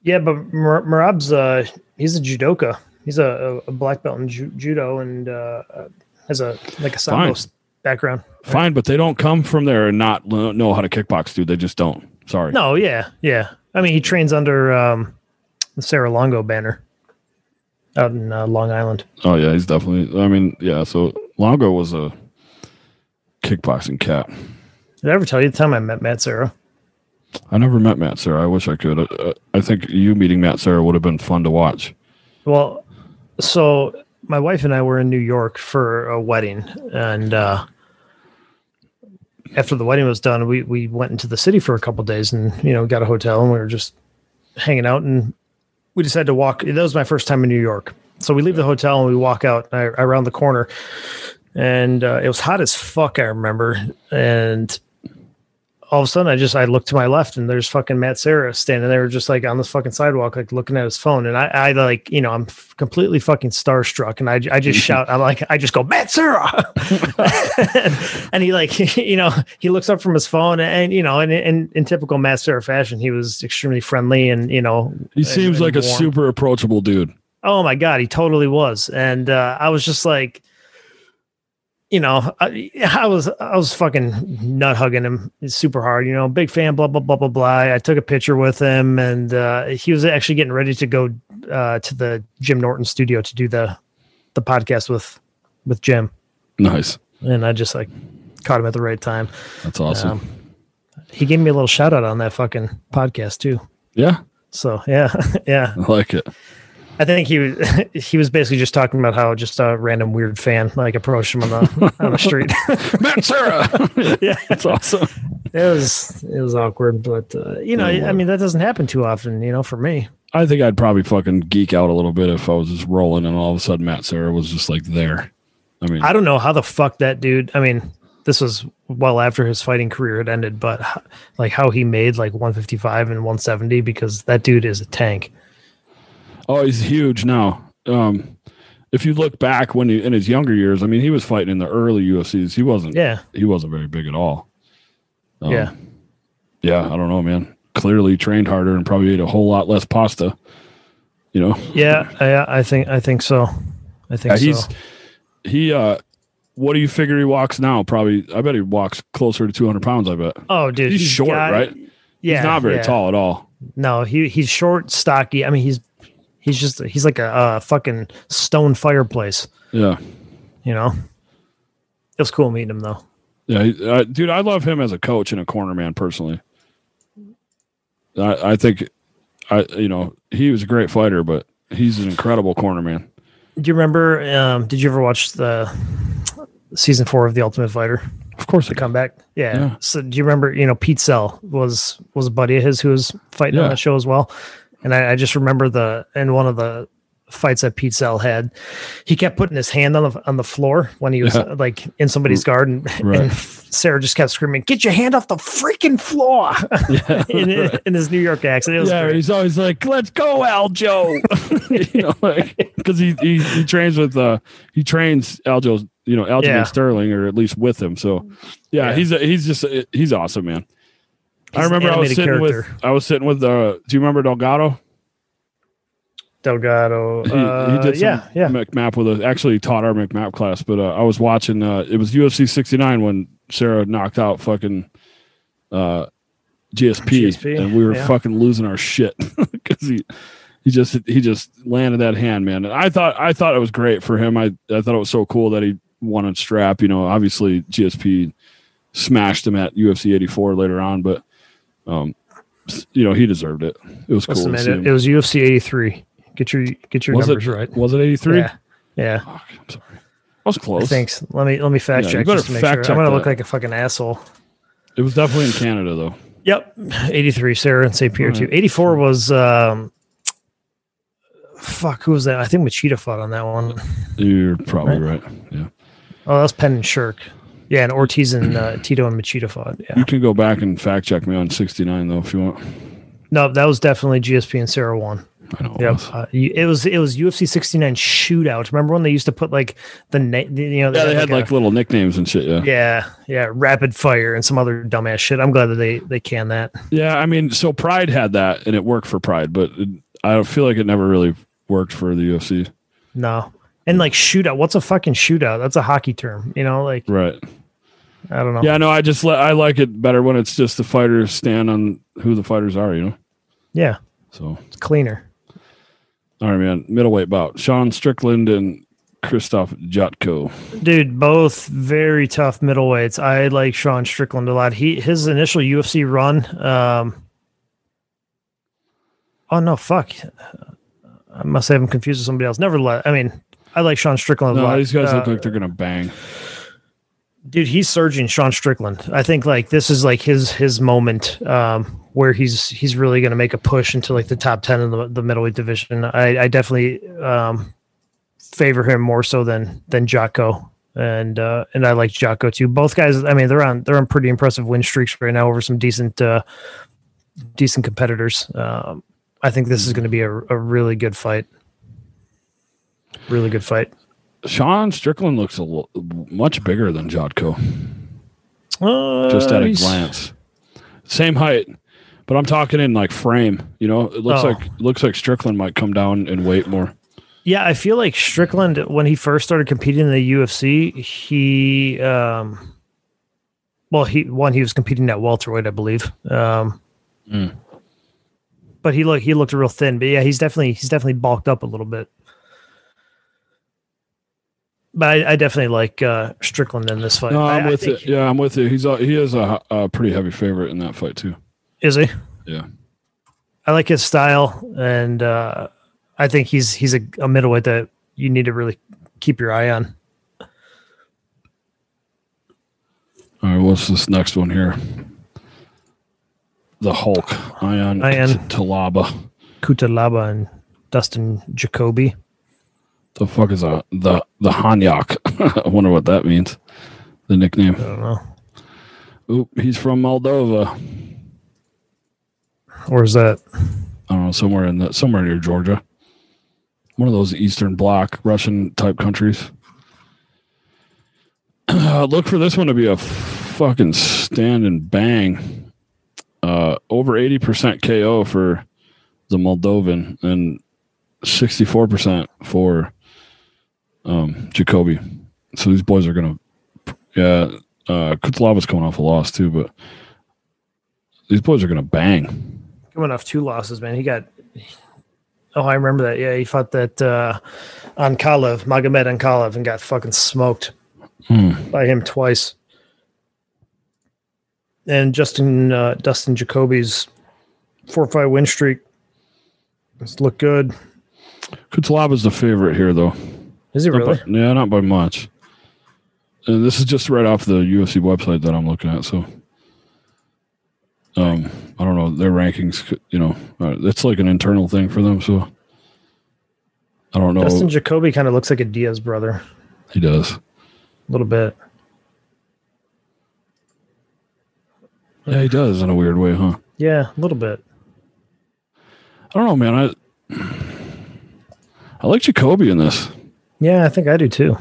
Speaker 2: Yeah, but Mar- Marab's uh, he's a judoka. He's a, a black belt in ju- judo and uh, has a like
Speaker 1: Fine.
Speaker 2: a sambo s- background.
Speaker 1: Fine, but they don't come from there and not lo- know how to kickbox, dude. They just don't. Sorry.
Speaker 2: No, yeah, yeah. I mean, he trains under um, the Sarah Longo banner out in uh, Long Island.
Speaker 1: Oh yeah, he's definitely. I mean, yeah. So Longo was a kickboxing cat.
Speaker 2: Did I ever tell you the time I met Matt Sarah?
Speaker 1: I never met Matt Sarah. I wish I could. I, I think you meeting Matt Sarah would have been fun to watch.
Speaker 2: Well, so my wife and I were in New York for a wedding, and uh, after the wedding was done, we we went into the city for a couple days, and you know, got a hotel, and we were just hanging out, and we decided to walk. That was my first time in New York, so we leave the hotel and we walk out and I, I round the corner, and uh, it was hot as fuck. I remember, and. All of a sudden, I just I looked to my left and there's fucking Matt Sarah standing there, just like on this fucking sidewalk, like looking at his phone. And I, I like, you know, I'm f- completely fucking starstruck, and I, I just shout, I'm like, I just go Matt Sarah, and he like you know he looks up from his phone and you know and in, in typical Matt Sarah fashion he was extremely friendly and you know
Speaker 1: He seems
Speaker 2: and
Speaker 1: like a
Speaker 2: warm.
Speaker 1: super approachable dude.
Speaker 2: oh my god he totally was and uh, I was just like you know I, I was I was fucking nut hugging him super hard you know big fan blah blah blah blah blah I took a picture with him and uh, he was actually getting ready to go uh, to the Jim Norton studio to do the the podcast with with Jim
Speaker 1: Nice.
Speaker 2: and I just like caught him at the right time.
Speaker 1: That's awesome.
Speaker 2: Um, he gave me a little shout out on that fucking podcast too.
Speaker 1: yeah,
Speaker 2: So yeah, yeah.
Speaker 1: I like it.
Speaker 2: I think he was he was basically just talking about how just a random weird fan like approached him on the on the street.
Speaker 1: Matt Sarah. yeah, that's awesome.
Speaker 2: it was it was awkward, but uh, you know,
Speaker 1: Yeah,
Speaker 2: I mean that doesn't happen too often. You know, for me,
Speaker 1: I think I'd probably fucking geek out a little bit if I was just rolling and all of a sudden Matt Sarah was just like there. I mean,
Speaker 2: I don't know how the fuck that dude. I mean, this was well after his fighting career had ended, but h- like how he made like 155 and 170 because that dude is a tank.
Speaker 1: oh, he's huge now. Um, if you look back when he in his younger years, I mean, he was fighting in the early UFCs. He wasn't.
Speaker 2: Yeah,
Speaker 1: He wasn't very big at all. Um,
Speaker 2: yeah.
Speaker 1: yeah, I don't know, man. Clearly trained harder and probably ate a whole lot less pasta. You know,
Speaker 2: Yeah, I, I think I think so. I think
Speaker 1: Yeah, he's
Speaker 2: so.
Speaker 1: he. uh What do you figure he walks now? Probably, I bet he walks closer to two hundred pounds. I bet
Speaker 2: Oh, dude,
Speaker 1: he's short,
Speaker 2: got-
Speaker 1: right?
Speaker 2: Yeah,
Speaker 1: he's not very
Speaker 2: yeah.
Speaker 1: tall at all.
Speaker 2: No, he he's short, stocky. I mean, he's he's just he's like a, uh fucking stone fireplace.
Speaker 1: Yeah,
Speaker 2: You know, it was cool meeting him though.
Speaker 1: yeah, he- uh, dude. I love him as a coach and a corner man personally. I, I think, I you know, he was a great fighter, but he's an incredible corner man.
Speaker 2: Do you remember? Um, did you ever watch the season four of The Ultimate Fighter?
Speaker 1: Of course,
Speaker 2: The comeback. Yeah.
Speaker 1: Yeah.
Speaker 2: So do you remember? You know, Pete Sell was was a buddy of his who was fighting
Speaker 1: Yeah.
Speaker 2: on that show as well. And I, I just remember the in one of the fights that Pete Sell had, he kept putting his hand on the on the floor when he was
Speaker 1: Yeah.
Speaker 2: uh, like in somebody's garden,
Speaker 1: Right.
Speaker 2: and Sarah just kept screaming, "Get your hand off the freaking floor!" in, in his New York accent. It was
Speaker 1: yeah,
Speaker 2: great.
Speaker 1: he's always like, "Let's go, Aljo," you know, like because he, he he trains with uh he trains Aljo, you know, Aljo
Speaker 2: Yeah.
Speaker 1: and Sterling, or at least with him. So, yeah,
Speaker 2: Yeah.
Speaker 1: he's a, he's just a, he's awesome, man. I
Speaker 2: He's an
Speaker 1: remember I was
Speaker 2: animated
Speaker 1: sitting
Speaker 2: character.
Speaker 1: with I was sitting with uh do you remember Delgado?
Speaker 2: Delgado.
Speaker 1: He,
Speaker 2: uh,
Speaker 1: he did some
Speaker 2: yeah, yeah.
Speaker 1: McMap with us. Actually, he taught our McMap class, but uh, I was watching. Uh, it was UFC 69 when Sarah knocked out fucking uh, GSP,
Speaker 2: GSP,
Speaker 1: and we were
Speaker 2: yeah.
Speaker 1: fucking losing our shit because he he just he just landed that hand, man. And I thought I thought it was great for him. I I thought it was so cool that he won on strap. You know, obviously GSP smashed him at UFC 84 later on, but um, you know he deserved it. It was
Speaker 2: Listen,
Speaker 1: cool. to
Speaker 2: man,
Speaker 1: see
Speaker 2: it,
Speaker 1: him.
Speaker 2: it was UFC 83. Get your get your
Speaker 1: Was it-
Speaker 2: numbers right.
Speaker 1: was it 83?
Speaker 2: Yeah, yeah.
Speaker 1: Fuck, I'm sorry. I was close.
Speaker 2: Thanks. Let me let me fact
Speaker 1: Yeah, you
Speaker 2: check
Speaker 1: better
Speaker 2: just to make
Speaker 1: fact
Speaker 2: sure.
Speaker 1: check
Speaker 2: I'm gonna look
Speaker 1: that.
Speaker 2: like a fucking asshole.
Speaker 1: It was definitely in Canada though.
Speaker 2: Yep, 83 Sarah and St. Pierre
Speaker 1: All
Speaker 2: too.
Speaker 1: right.
Speaker 2: 84 was um, fuck. Who was that? I think Machida fought on that one.
Speaker 1: You're probably right. Yeah.
Speaker 2: Oh, that was Penn and Shirk. Yeah, and Ortiz and uh, Tito and Machida fought. Yeah,
Speaker 1: You can go back and fact check me on 69 though if you want.
Speaker 2: no, that was definitely GSP and Sarah won.
Speaker 1: I know. it
Speaker 2: Yep,
Speaker 1: was.
Speaker 2: uh, you- it was it was UFC 69 shootout. Remember when they used to put like the name? You know,
Speaker 1: Yeah, they had
Speaker 2: a-
Speaker 1: like, little nicknames and shit. Yeah.
Speaker 2: yeah, yeah, rapid fire and some other dumbass shit. I'm glad that they they can that.
Speaker 1: Yeah, I mean, so Pride had that, and it worked for Pride, but it, I feel like it never really worked for the UFC.
Speaker 2: No. And like shootout, what's a fucking shootout? That's a hockey term, you know. Like
Speaker 1: Right.
Speaker 2: I don't know.
Speaker 1: Yeah, no, I just li- I like it better when it's just the fighters stand on who the fighters are, you know.
Speaker 2: yeah
Speaker 1: So
Speaker 2: it's cleaner.
Speaker 1: all right, man, middleweight bout: Sean Strickland and Christoph Jotko.
Speaker 2: Dude, both very tough middleweights. I like Sean Strickland a lot. He his initial UFC run. Um, oh no, fuck! I must have him confused with somebody else. Nevertheless, I mean, I like Sean Strickland a
Speaker 1: No,
Speaker 2: lot.
Speaker 1: these guys look
Speaker 2: Uh,
Speaker 1: like they're gonna bang.
Speaker 2: dude, he's surging Sean Strickland. I think like this is like his his moment um, where he's he's really going to make a push into like the top ten of the, the middleweight division. I, I definitely um, favor him more so than than Jocko and uh, and I like Jocko too. Both guys, I mean, they're on they're on pretty impressive win streaks right now over some decent uh, decent competitors. Um, I think this is going to be a, a really good fight. Really good fight.
Speaker 1: Sean Strickland looks a l- much bigger than Jotko,
Speaker 2: Uh,
Speaker 1: just at a
Speaker 2: he's-
Speaker 1: glance. Same height, but I'm talking in like frame. You know, it looks
Speaker 2: Oh.
Speaker 1: like looks like Strickland might come down and weight more.
Speaker 2: Yeah, I feel like Strickland when he first started competing in the UFC, he um well, he one he was competing at welterweight, I believe. Um
Speaker 1: Mm.
Speaker 2: But he looked he looked real thin, but yeah, he's definitely he's definitely bulked up a little bit. But I, I definitely like uh, Strickland in this fight.
Speaker 1: No,
Speaker 2: I-
Speaker 1: I'm
Speaker 2: I
Speaker 1: with
Speaker 2: think-
Speaker 1: it. Yeah, I'm with you. He's a, he is a, a pretty heavy favorite in that fight too.
Speaker 2: Is he?
Speaker 1: Yeah.
Speaker 2: I like his style, and uh, I think he's he's a, a middleweight that you need to really keep your eye on.
Speaker 1: All right, what's this next one here? The Hulk, Ion,
Speaker 2: Ion.
Speaker 1: Talaba.
Speaker 2: Kutalaba and Dustin Jacoby.
Speaker 1: The fuck is that? The the Hanyak. I wonder what that means. The nickname.
Speaker 2: I don't know.
Speaker 1: Oop, he's from Moldova.
Speaker 2: Or is that
Speaker 1: I don't know, somewhere in the somewhere near Georgia. One of those Eastern Bloc Russian type countries. Uh, look for this one to be a fucking stand and bang. Uh, over eighty percent KO for the Moldovan and sixty four percent for um, Jacoby. So these boys are gonna, yeah. Uh, Kutlava's coming off a loss too, but these boys are gonna bang.
Speaker 2: coming off two losses, man? He got. Oh, I remember that. Yeah, he fought that uh, Ankalev, Magomed Ankalev, and got fucking smoked
Speaker 1: Hmm.
Speaker 2: by him twice. And Justin uh, Dustin Jacoby's four five win streak. It's looked good.
Speaker 1: Kutlava's the favorite here, though.
Speaker 2: Is he
Speaker 1: Not
Speaker 2: Oh, really?
Speaker 1: by- yeah, not by much. And this is just right off the UFC website that I'm looking at. So, um, I don't know their rankings. could- You know, uh, it's like an internal thing for them. So, I don't know.
Speaker 2: Dustin Jacoby kind of looks like a Diaz brother,
Speaker 1: he does.
Speaker 2: a little bit.
Speaker 1: Yeah, he does in a weird way, huh?
Speaker 2: Yeah, a little bit.
Speaker 1: I don't know, man. I I like Jacoby in this.
Speaker 2: Yeah, I think I do too.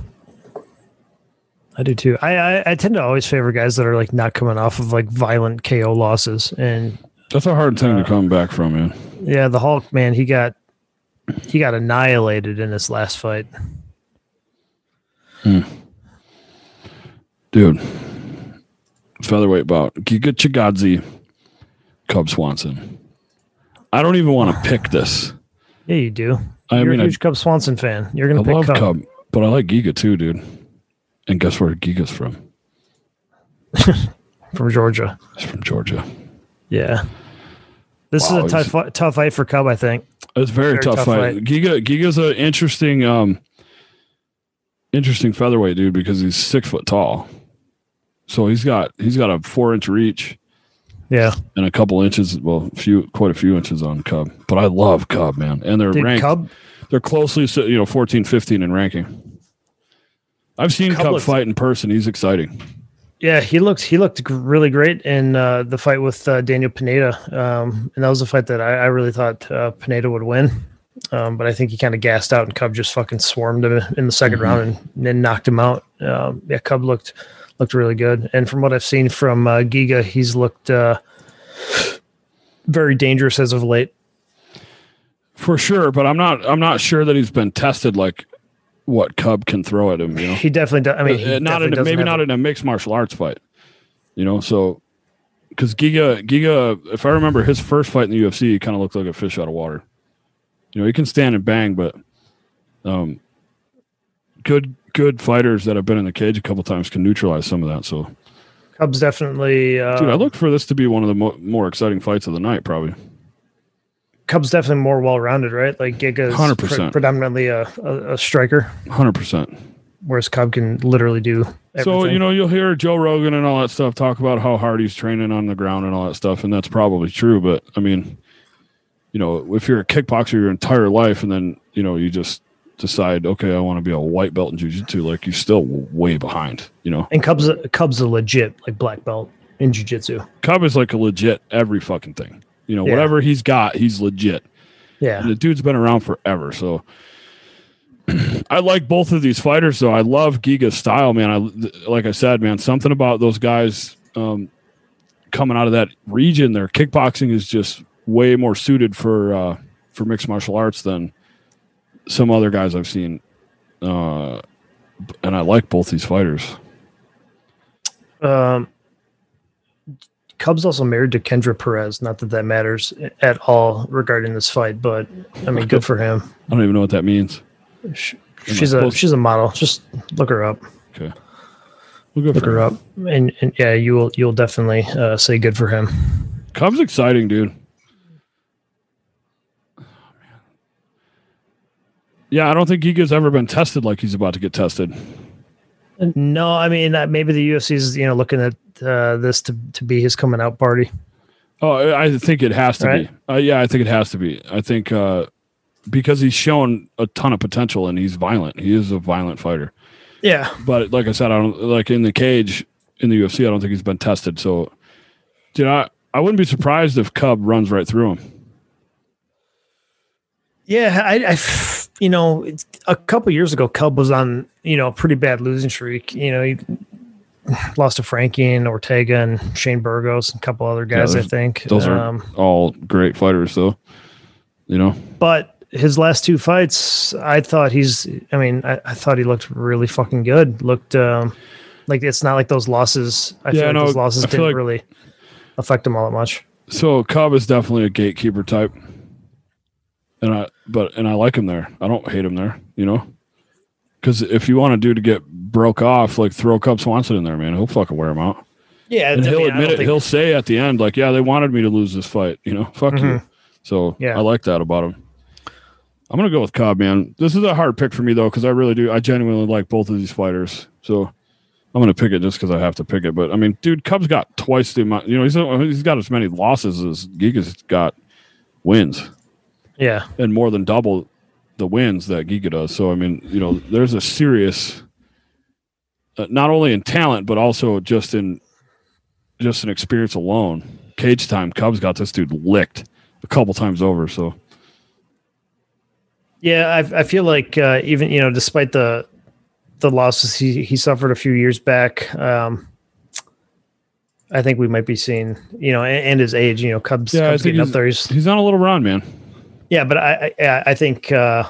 Speaker 2: I do too. I, I I tend to always favor guys that are like not coming off of like violent KO losses. And
Speaker 1: That's a hard thing to come back from, man.
Speaker 2: yeah, the Hulk man, he got he got annihilated in his last fight.
Speaker 1: Dude, featherweight bout Giga Chigadze, Cub Swanson. I don't even want to pick this.
Speaker 2: Yeah, you do.
Speaker 1: I
Speaker 2: You're
Speaker 1: mean,
Speaker 2: a
Speaker 1: I,
Speaker 2: huge Cub Swanson fan. You're
Speaker 1: I
Speaker 2: gonna
Speaker 1: love
Speaker 2: pick Cub.
Speaker 1: Cub, but I like Giga too, dude. And guess where Giga's from?
Speaker 2: from Georgia.
Speaker 1: He's from Georgia.
Speaker 2: Yeah. This
Speaker 1: Wow,
Speaker 2: is a tough tough fight for Cub, I think.
Speaker 1: It's a very
Speaker 2: Very
Speaker 1: tough,
Speaker 2: tough
Speaker 1: fight.
Speaker 2: fight.
Speaker 1: Giga Giga's an interesting um interesting featherweight dude because he's six foot tall. So he's got he's got a four inch reach
Speaker 2: Yeah.
Speaker 1: and a couple inches, well, few quite a few inches on Cub. But I love Cub, man. And they're
Speaker 2: Dude,
Speaker 1: ranked
Speaker 2: Cub
Speaker 1: they're closely so- you know 14 15 in ranking. I've seen
Speaker 2: Cub
Speaker 1: Cub,
Speaker 2: looks-
Speaker 1: fight in person. He's exciting.
Speaker 2: yeah, he looked he looked gr- really great in uh, the fight with uh, Daniel Pineda, um, and that was a fight that I, I really thought uh, Pineda would win, um, but I think he kind of gassed out, and Cub just fucking swarmed him in the
Speaker 1: Mm-hmm.
Speaker 2: 2nd round and then knocked him out. Um, yeah, Cub looked looked really good, and from what I've seen from uh, Giga, he's looked uh, very dangerous as of late.
Speaker 1: For sure, but I'm not I'm not sure that he's been tested like what Cub can throw at him, you know.
Speaker 2: He definitely, do- I mean, he
Speaker 1: Uh, not in
Speaker 2: definitely
Speaker 1: a,
Speaker 2: doesn't
Speaker 1: maybe
Speaker 2: have
Speaker 1: not
Speaker 2: the-
Speaker 1: in a mixed martial arts fight. You know, so because Giga Giga, if I remember his first fight in the UFC, he kind of looked like a fish out of water. You know, he can stand and bang, but um, good good fighters that have been in the cage a couple times can neutralize some of that. So,
Speaker 2: Cub's definitely. Uh,
Speaker 1: dude, I look for this to be one of the mo- more exciting fights of the night, probably.
Speaker 2: Cub's definitely more well rounded, right? Like Giga is
Speaker 1: 100%.
Speaker 2: predominantly a, a, a striker,
Speaker 1: Hundred percent.
Speaker 2: whereas Cub can literally do everything.
Speaker 1: So you know, you'll hear Joe Rogan and all that stuff talk about how hard he's training on the ground and all that stuff, and that's probably true. But I mean, you know, if you're a kickboxer your entire life, and then you know you just decide, okay, I want to be a white belt in jujitsu, like you're still way behind. You know,
Speaker 2: and Cub's a, Cub's a legit like black belt in jujitsu.
Speaker 1: Cobb is like a legit every fucking thing. You know,
Speaker 2: Yeah.
Speaker 1: whatever he's got, he's legit. And
Speaker 2: Yeah,
Speaker 1: the dude's been around forever. So I like both of these fighters, though. I love Giga's style, man. I like I said, man, something about those guys um, coming out of that region. Their kickboxing is just way more suited for uh, for mixed martial arts than some other guys I've seen. Uh, and I like both these fighters.
Speaker 2: um, Cub's also married to Kendra Perez. Not that that matters at all regarding this fight, but I mean, good for him.
Speaker 1: I don't even know what that means.
Speaker 2: Sh-
Speaker 1: Am I
Speaker 2: She's a
Speaker 1: supposed-
Speaker 2: she's a model. Just look her up.
Speaker 1: Okay, we'll go
Speaker 2: Look
Speaker 1: for
Speaker 2: her
Speaker 1: it.
Speaker 2: up, and, and yeah, you will you'll definitely uh, say good for him.
Speaker 1: Cub's exciting, dude. Yeah, I don't think Giga's ever been tested like he's about to get tested.
Speaker 2: No, I mean uh, maybe the UFC is you know looking at uh, this to to be his coming out party.
Speaker 1: Oh, I I think it has to
Speaker 2: Right.
Speaker 1: be. Uh, yeah, I think it has to be. I think uh, because he's shown a ton of potential and he's violent. He is a violent fighter.
Speaker 2: Yeah,
Speaker 1: But like I said, I don't like in the cage in the UFC. I don't think he's been tested. So, dude, I I wouldn't be surprised if Cub runs right through him.
Speaker 2: yeah. I, I you know, it's, a couple years ago, Cub was on you know a pretty bad losing streak. You know, he lost to Frankie and Ortega and Shane Burgos and a couple other guys. I
Speaker 1: those-
Speaker 2: think
Speaker 1: Those
Speaker 2: um,
Speaker 1: are all great fighters, though. You know,
Speaker 2: But his last two fights, I thought he's. I mean, I, I thought he looked really fucking good. Looked um, like it's not like those losses. I
Speaker 1: Yeah,
Speaker 2: feel like
Speaker 1: no,
Speaker 2: those losses
Speaker 1: I feel
Speaker 2: didn't
Speaker 1: like-
Speaker 2: really affect him all that much.
Speaker 1: So Cobb is definitely a gatekeeper type, and I but and I like him there. I don't hate him there, you know, because if you want a dude to get broke off, like throw Cobb Swanson in there, man, he'll fucking wear him out,
Speaker 2: Yeah,
Speaker 1: and
Speaker 2: I
Speaker 1: he'll
Speaker 2: mean, I
Speaker 1: admit
Speaker 2: don't
Speaker 1: it.
Speaker 2: think-
Speaker 1: He'll say at the end, like, yeah, they wanted me to lose this fight, you know, fuck you. So
Speaker 2: Yeah.
Speaker 1: I like that about him. I'm gonna go with Cobb, man. This is a hard pick for me though, because I really do. I genuinely like both of these fighters, so. I'm gonna pick it just because I have to pick it, but I mean, dude, Cub's got twice the amount. You know, he's he's got as many losses as Giga's got wins,
Speaker 2: Yeah,
Speaker 1: and more than double the wins that Giga does. So I mean, you know, there's a serious, uh, not only in talent but also just in just in experience alone. Cage time, Cub's got this dude licked a couple times over. So
Speaker 2: yeah. I, I feel like uh, even you know, despite the the losses he he suffered a few years back, um, I think we might be seeing you know, and, and his age. You know, Cubs,
Speaker 1: Yeah, I
Speaker 2: Cubs
Speaker 1: think
Speaker 2: getting up
Speaker 1: he's-
Speaker 2: there. He's,
Speaker 1: he's on a little run, man.
Speaker 2: yeah, but I I- I, I think uh,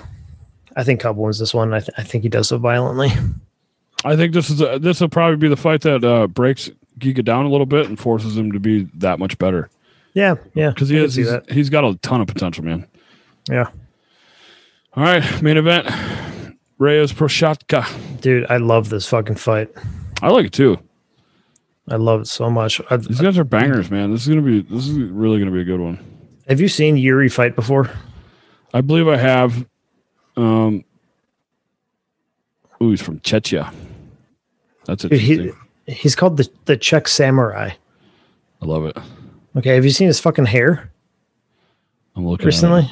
Speaker 2: I think Cub wins this one. I, th- I think he does so violently.
Speaker 1: I think this is a, this will probably be the fight that uh, breaks Giga down a little bit and forces him to be that much better.
Speaker 2: Yeah, yeah.
Speaker 1: because he
Speaker 2: I can
Speaker 1: is
Speaker 2: see
Speaker 1: he's,
Speaker 2: that.
Speaker 1: he's got a ton of potential, man.
Speaker 2: Yeah,
Speaker 1: All right, main event: Reyes Proshatka.
Speaker 2: dude, I love this fucking fight.
Speaker 1: I like it too.
Speaker 2: I love it so much. I've,
Speaker 1: These guys are bangers, man. This is gonna be this is really gonna be a good one.
Speaker 2: have you seen Yuri fight before?
Speaker 1: I believe I have. Um, ooh, he's from Chechia. That's
Speaker 2: Dude,
Speaker 1: interesting.
Speaker 2: he, he's called the the Czech Samurai.
Speaker 1: I love it.
Speaker 2: Okay, have you seen his fucking hair
Speaker 1: I'm looking at it.
Speaker 2: recently?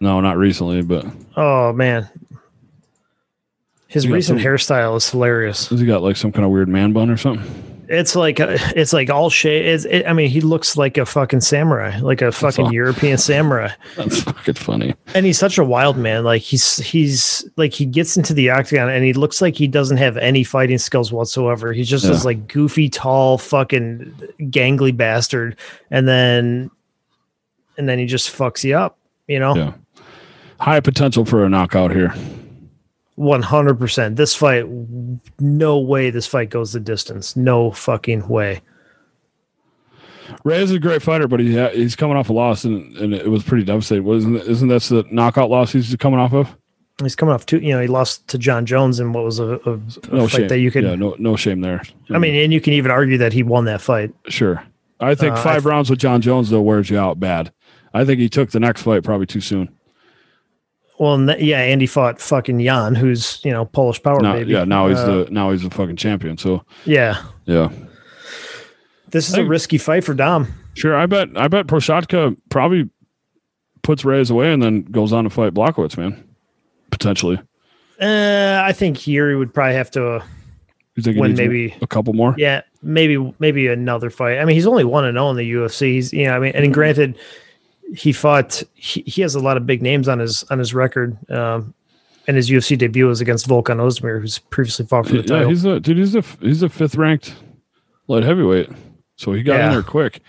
Speaker 1: No, not recently, but
Speaker 2: Oh man, his
Speaker 1: You got
Speaker 2: recent
Speaker 1: some-
Speaker 2: hairstyle is hilarious.
Speaker 1: has he got like some kind of weird man bun or something?
Speaker 2: It's like uh, it's like all shade. It's, it, I mean, he looks like a fucking samurai, like a fucking
Speaker 1: all.
Speaker 2: European samurai.
Speaker 1: That's fucking funny.
Speaker 2: And he's such a wild man. Like he's he's like he gets into the octagon and he looks like he doesn't have any fighting skills whatsoever. He's just
Speaker 1: Yeah.
Speaker 2: this like goofy, tall, fucking gangly bastard. And then and then he just fucks you up. You know,
Speaker 1: Yeah. High potential for a knockout here.
Speaker 2: one hundred percent. This fight, no way. This fight goes the distance. No fucking way.
Speaker 1: Ray is a great fighter, but he ha- he's coming off a loss, and, and it was pretty devastating. Wasn't it- isn't that the knockout loss he's coming off of?
Speaker 2: He's coming off two. You know, he lost to John Jones in what was a, a, a
Speaker 1: No
Speaker 2: fight
Speaker 1: shame.
Speaker 2: that you could.
Speaker 1: yeah, no no shame there.
Speaker 2: I mean, and you can even argue that he won that fight.
Speaker 1: Sure. I think
Speaker 2: Uh, I
Speaker 1: five rounds with John Jones though wears you out bad. I think he took the next fight probably too soon.
Speaker 2: Well, and that- yeah, and he fought fucking Jan, who's you know Polish power
Speaker 1: Now,
Speaker 2: baby.
Speaker 1: yeah, now he's
Speaker 2: Uh,
Speaker 1: the now he's the fucking champion. So
Speaker 2: yeah.
Speaker 1: yeah,
Speaker 2: This is
Speaker 1: I-
Speaker 2: a risky fight for Dom.
Speaker 1: sure. I bet I bet Proshatka probably puts Reyes away and then goes on to fight Blockowitz, man. Potentially,
Speaker 2: Uh, I think Yuri would probably have to. Uh,
Speaker 1: you think he
Speaker 2: When
Speaker 1: needs
Speaker 2: maybe-
Speaker 1: a couple more?
Speaker 2: yeah, maybe maybe another fight. I mean, he's only one and zero in the UFC. He's you know, I mean, and
Speaker 1: Mm-hmm.
Speaker 2: granted, he fought. He, he has a lot of big names on his on his record. Um, and his UFC debut was against Volkan Ozdemir, who's previously fought for the
Speaker 1: Yeah,
Speaker 2: title.
Speaker 1: he's a dude. He's a he's a fifth ranked light heavyweight. So he got in
Speaker 2: Yeah.
Speaker 1: there quick.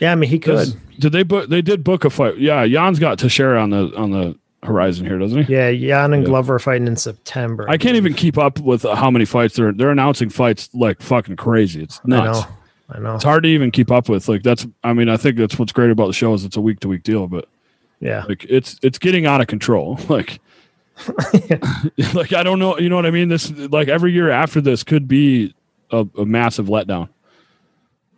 Speaker 2: yeah, I mean, he could.
Speaker 1: Does- Did they book? They did book a fight. Yeah, Jan's got Teixeira on the on the horizon here, doesn't he?
Speaker 2: Yeah, Jan and
Speaker 1: Yeah.
Speaker 2: Glover are fighting in September.
Speaker 1: I can't even keep up with how many fights they're they're announcing fights like fucking crazy. It's
Speaker 2: I
Speaker 1: nuts.
Speaker 2: know. I know.
Speaker 1: It's hard to even keep up with. Like that's I mean, I think that's what's great about the show is it's a week to week deal, but
Speaker 2: Yeah.
Speaker 1: like it's it's getting out of control. Like like I don't know, you know what I mean? This like every year after this could be a, a massive letdown.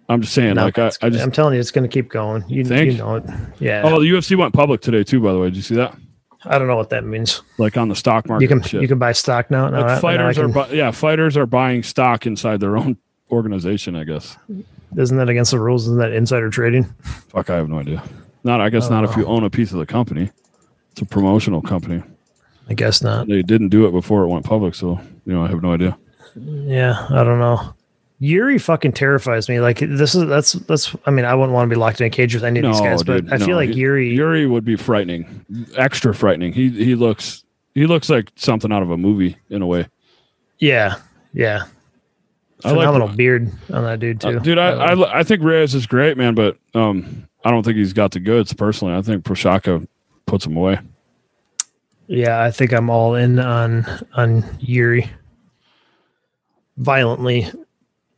Speaker 1: I'm just saying,
Speaker 2: No,
Speaker 1: like I,
Speaker 2: it's-
Speaker 1: I just
Speaker 2: I'm telling you, it's going to keep going. You,
Speaker 1: think?
Speaker 2: you know it. Yeah.
Speaker 1: Oh, the UFC went public today too, by the way. Did you see that?
Speaker 2: I don't know what that means.
Speaker 1: Like on the stock market.
Speaker 2: You can
Speaker 1: and shit.
Speaker 2: you can buy stock now. No,
Speaker 1: like
Speaker 2: I- no, I
Speaker 1: fighters
Speaker 2: can-
Speaker 1: are bu- yeah, fighters are buying stock inside their own organization, I guess.
Speaker 2: isn't that against the rules? Isn't that insider trading?
Speaker 1: Fuck, I have no idea. Not, I guess, not if you
Speaker 2: Oh,
Speaker 1: own a piece of the company. It's a promotional company.
Speaker 2: I guess not.
Speaker 1: They didn't do it before it went public, so you know I have no idea.
Speaker 2: Yeah, I don't know. Yuri fucking terrifies me. Like this is that's that's. I mean, I wouldn't want to be locked in a cage with any of these
Speaker 1: No,
Speaker 2: guys, but
Speaker 1: dude,
Speaker 2: I feel
Speaker 1: no.
Speaker 2: like
Speaker 1: He-
Speaker 2: Yuri.
Speaker 1: Yuri would be frightening, extra frightening. He he looks he looks like something out of a movie in a way.
Speaker 2: yeah, yeah.
Speaker 1: I like
Speaker 2: Phenomenal beard on that dude
Speaker 1: Uh,
Speaker 2: too,
Speaker 1: dude. I, I li- I think Reyes is great, man, but um, I don't think he's got the goods personally. I think Proshaka puts him away.
Speaker 2: yeah, I think I'm all in on on Yuri. Violently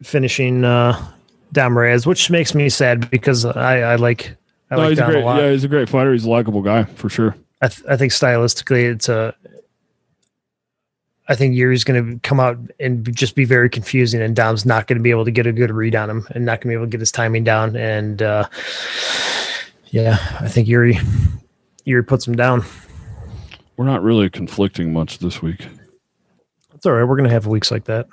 Speaker 2: finishing uh, Dom Reyes, which makes me sad because I I like I
Speaker 1: no,
Speaker 2: like
Speaker 1: he's a
Speaker 2: Dom
Speaker 1: great
Speaker 2: a lot.
Speaker 1: yeah, he's a great fighter. He's a likable guy for sure.
Speaker 2: I, th- I think stylistically it's a I think Yuri's going to come out and be- just be very confusing, and Dom's not going to be able to get a good read on him, and not going to be able to get his timing down. And uh, yeah, I think Yuri Yuri puts him down.
Speaker 1: We're not really conflicting much this week.
Speaker 2: It's all right. We're going to have weeks like that.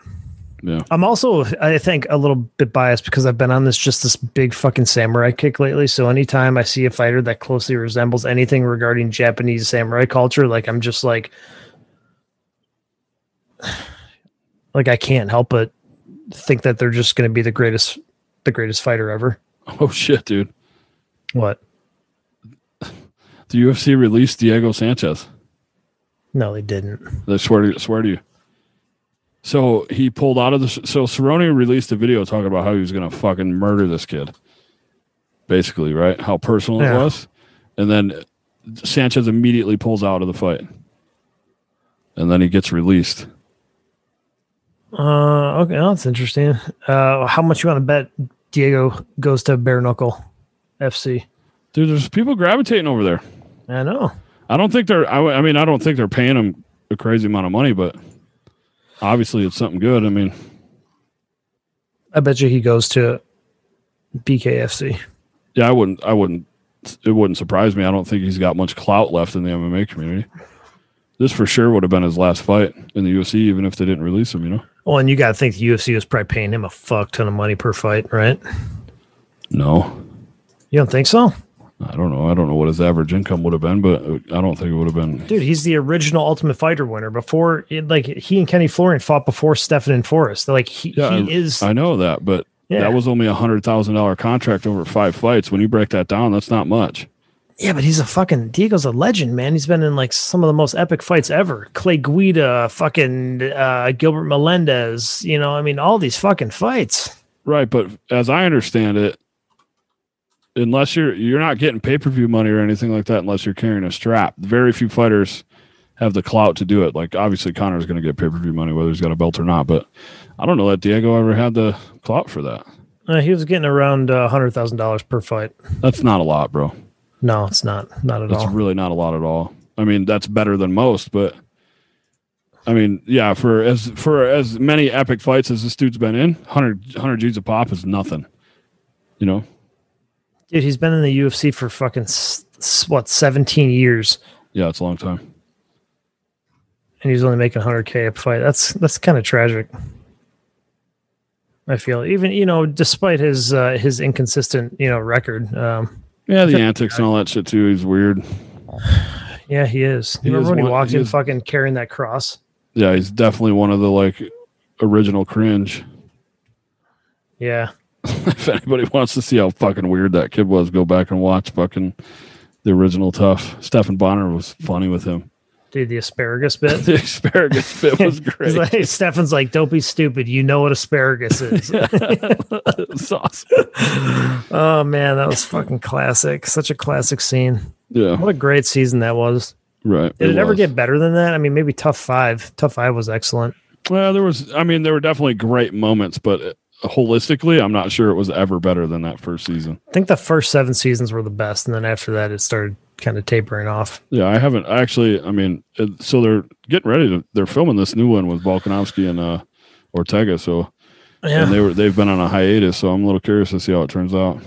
Speaker 1: Yeah.
Speaker 2: I'm also, I think, a little bit biased because I've been on this just this big fucking samurai kick lately. So anytime I see a fighter that closely resembles anything regarding Japanese samurai culture, like I'm just like, like I can't help but think that they're just going to be the greatest, the greatest fighter ever.
Speaker 1: Oh shit, dude.
Speaker 2: What?
Speaker 1: The UFC released Diego Sanchez.
Speaker 2: No, they didn't.
Speaker 1: I swear to swear to you. So he pulled out of the. So Cerrone released a video talking about how he was going to fucking murder this kid. Basically, right? How personal
Speaker 2: Yeah.
Speaker 1: it was, and then Sanchez immediately pulls out of the fight, and then he gets released.
Speaker 2: Uh, okay, well, that's interesting. Uh, how much you want to bet Diego goes to bare knuckle FC?
Speaker 1: Dude, there's people gravitating over there.
Speaker 2: I know.
Speaker 1: I don't think they're. I, w- I mean, I don't think they're paying him a crazy amount of money, but obviously it's something good. I mean,
Speaker 2: I bet you he goes to BKFC.
Speaker 1: Yeah, I wouldn't. I wouldn't. It wouldn't surprise me. I don't think he's got much clout left in the MMA community. This for sure would have been his last fight in the UFC, even if they didn't release him. You know?
Speaker 2: Well, and you got to think the UFC was probably paying him a fuck ton of money per fight, right?
Speaker 1: No,
Speaker 2: You don't think so?
Speaker 1: I don't know. I don't know what his average income would have been, but I don't think it would have been.
Speaker 2: Dude, he's the original Ultimate Fighter winner. Before, it, like, he and Kenny Florian fought before Stefan and Forrest. Like, he,
Speaker 1: Yeah,
Speaker 2: he is.
Speaker 1: I know that, but
Speaker 2: yeah.
Speaker 1: that was only a hundred thousand dollar contract over five fights. When you break that down, that's not much.
Speaker 2: yeah, but he's a fucking. Diego's a legend, man. He's been in, like, some of the most epic fights ever. Clay Guida, fucking uh, Gilbert Melendez, you know, I mean, all these fucking fights.
Speaker 1: Right, but as I understand it, unless you're you're not getting pay per view money or anything like that, unless you're carrying a strap. Very few fighters have the clout to do it. Like obviously Connor's going to get pay per view money whether he's got a belt or not. But I don't know that Diego ever had the clout for that.
Speaker 2: Uh, he was getting around uh, $100,000 per fight.
Speaker 1: That's not a lot, bro.
Speaker 2: No, it's not. Not at
Speaker 1: That's
Speaker 2: all.
Speaker 1: really not a lot at all. I mean, that's better than most, but I mean, yeah, for as for as many epic fights as this dude's been in, 100 100 G's a pop is nothing. You know,
Speaker 2: Dude, he's been in the UFC for fucking, s- s- what, 17 years.
Speaker 1: yeah, it's a long time.
Speaker 2: and he's only making 100k a fight. That's that's kind of tragic. I feel even you know despite his uh, his inconsistent you know record. Um,
Speaker 1: Yeah, the antics and all that shit too. He's weird.
Speaker 2: yeah, he is.
Speaker 1: He
Speaker 2: Remember
Speaker 1: is
Speaker 2: when
Speaker 1: one-
Speaker 2: he walked
Speaker 1: he
Speaker 2: in
Speaker 1: is-
Speaker 2: fucking carrying that cross?
Speaker 1: Yeah, he's definitely one of the like original cringe.
Speaker 2: Yeah,
Speaker 1: if anybody wants to see how fucking weird that kid was, go back and watch fucking the original Tough. Stephen Bonner was funny with him.
Speaker 2: dude, the asparagus bit.
Speaker 1: The asparagus bit was great.
Speaker 2: He's like, Stefan's like, don't be stupid. You know what asparagus is.
Speaker 1: It was awesome.
Speaker 2: oh man, that was fucking classic. Such a classic scene.
Speaker 1: Yeah,
Speaker 2: What a great season that was.
Speaker 1: right.
Speaker 2: Did it, ever
Speaker 1: was.
Speaker 2: get better than that? I mean, maybe tough five. Tough five was excellent.
Speaker 1: Well, there was. I mean, there were definitely great moments, but uh, holistically, I'm not sure it was ever better than that first season.
Speaker 2: I think the first seven seasons were the best, and then after that, it started kind of tapering off.
Speaker 1: Yeah, I haven't I actually. I mean, it, so they're getting ready to. They're filming this new one with Volkanovski and uh, Ortega. So and
Speaker 2: Yeah.
Speaker 1: they were they've been on a hiatus. So I'm a little curious to see how it turns out.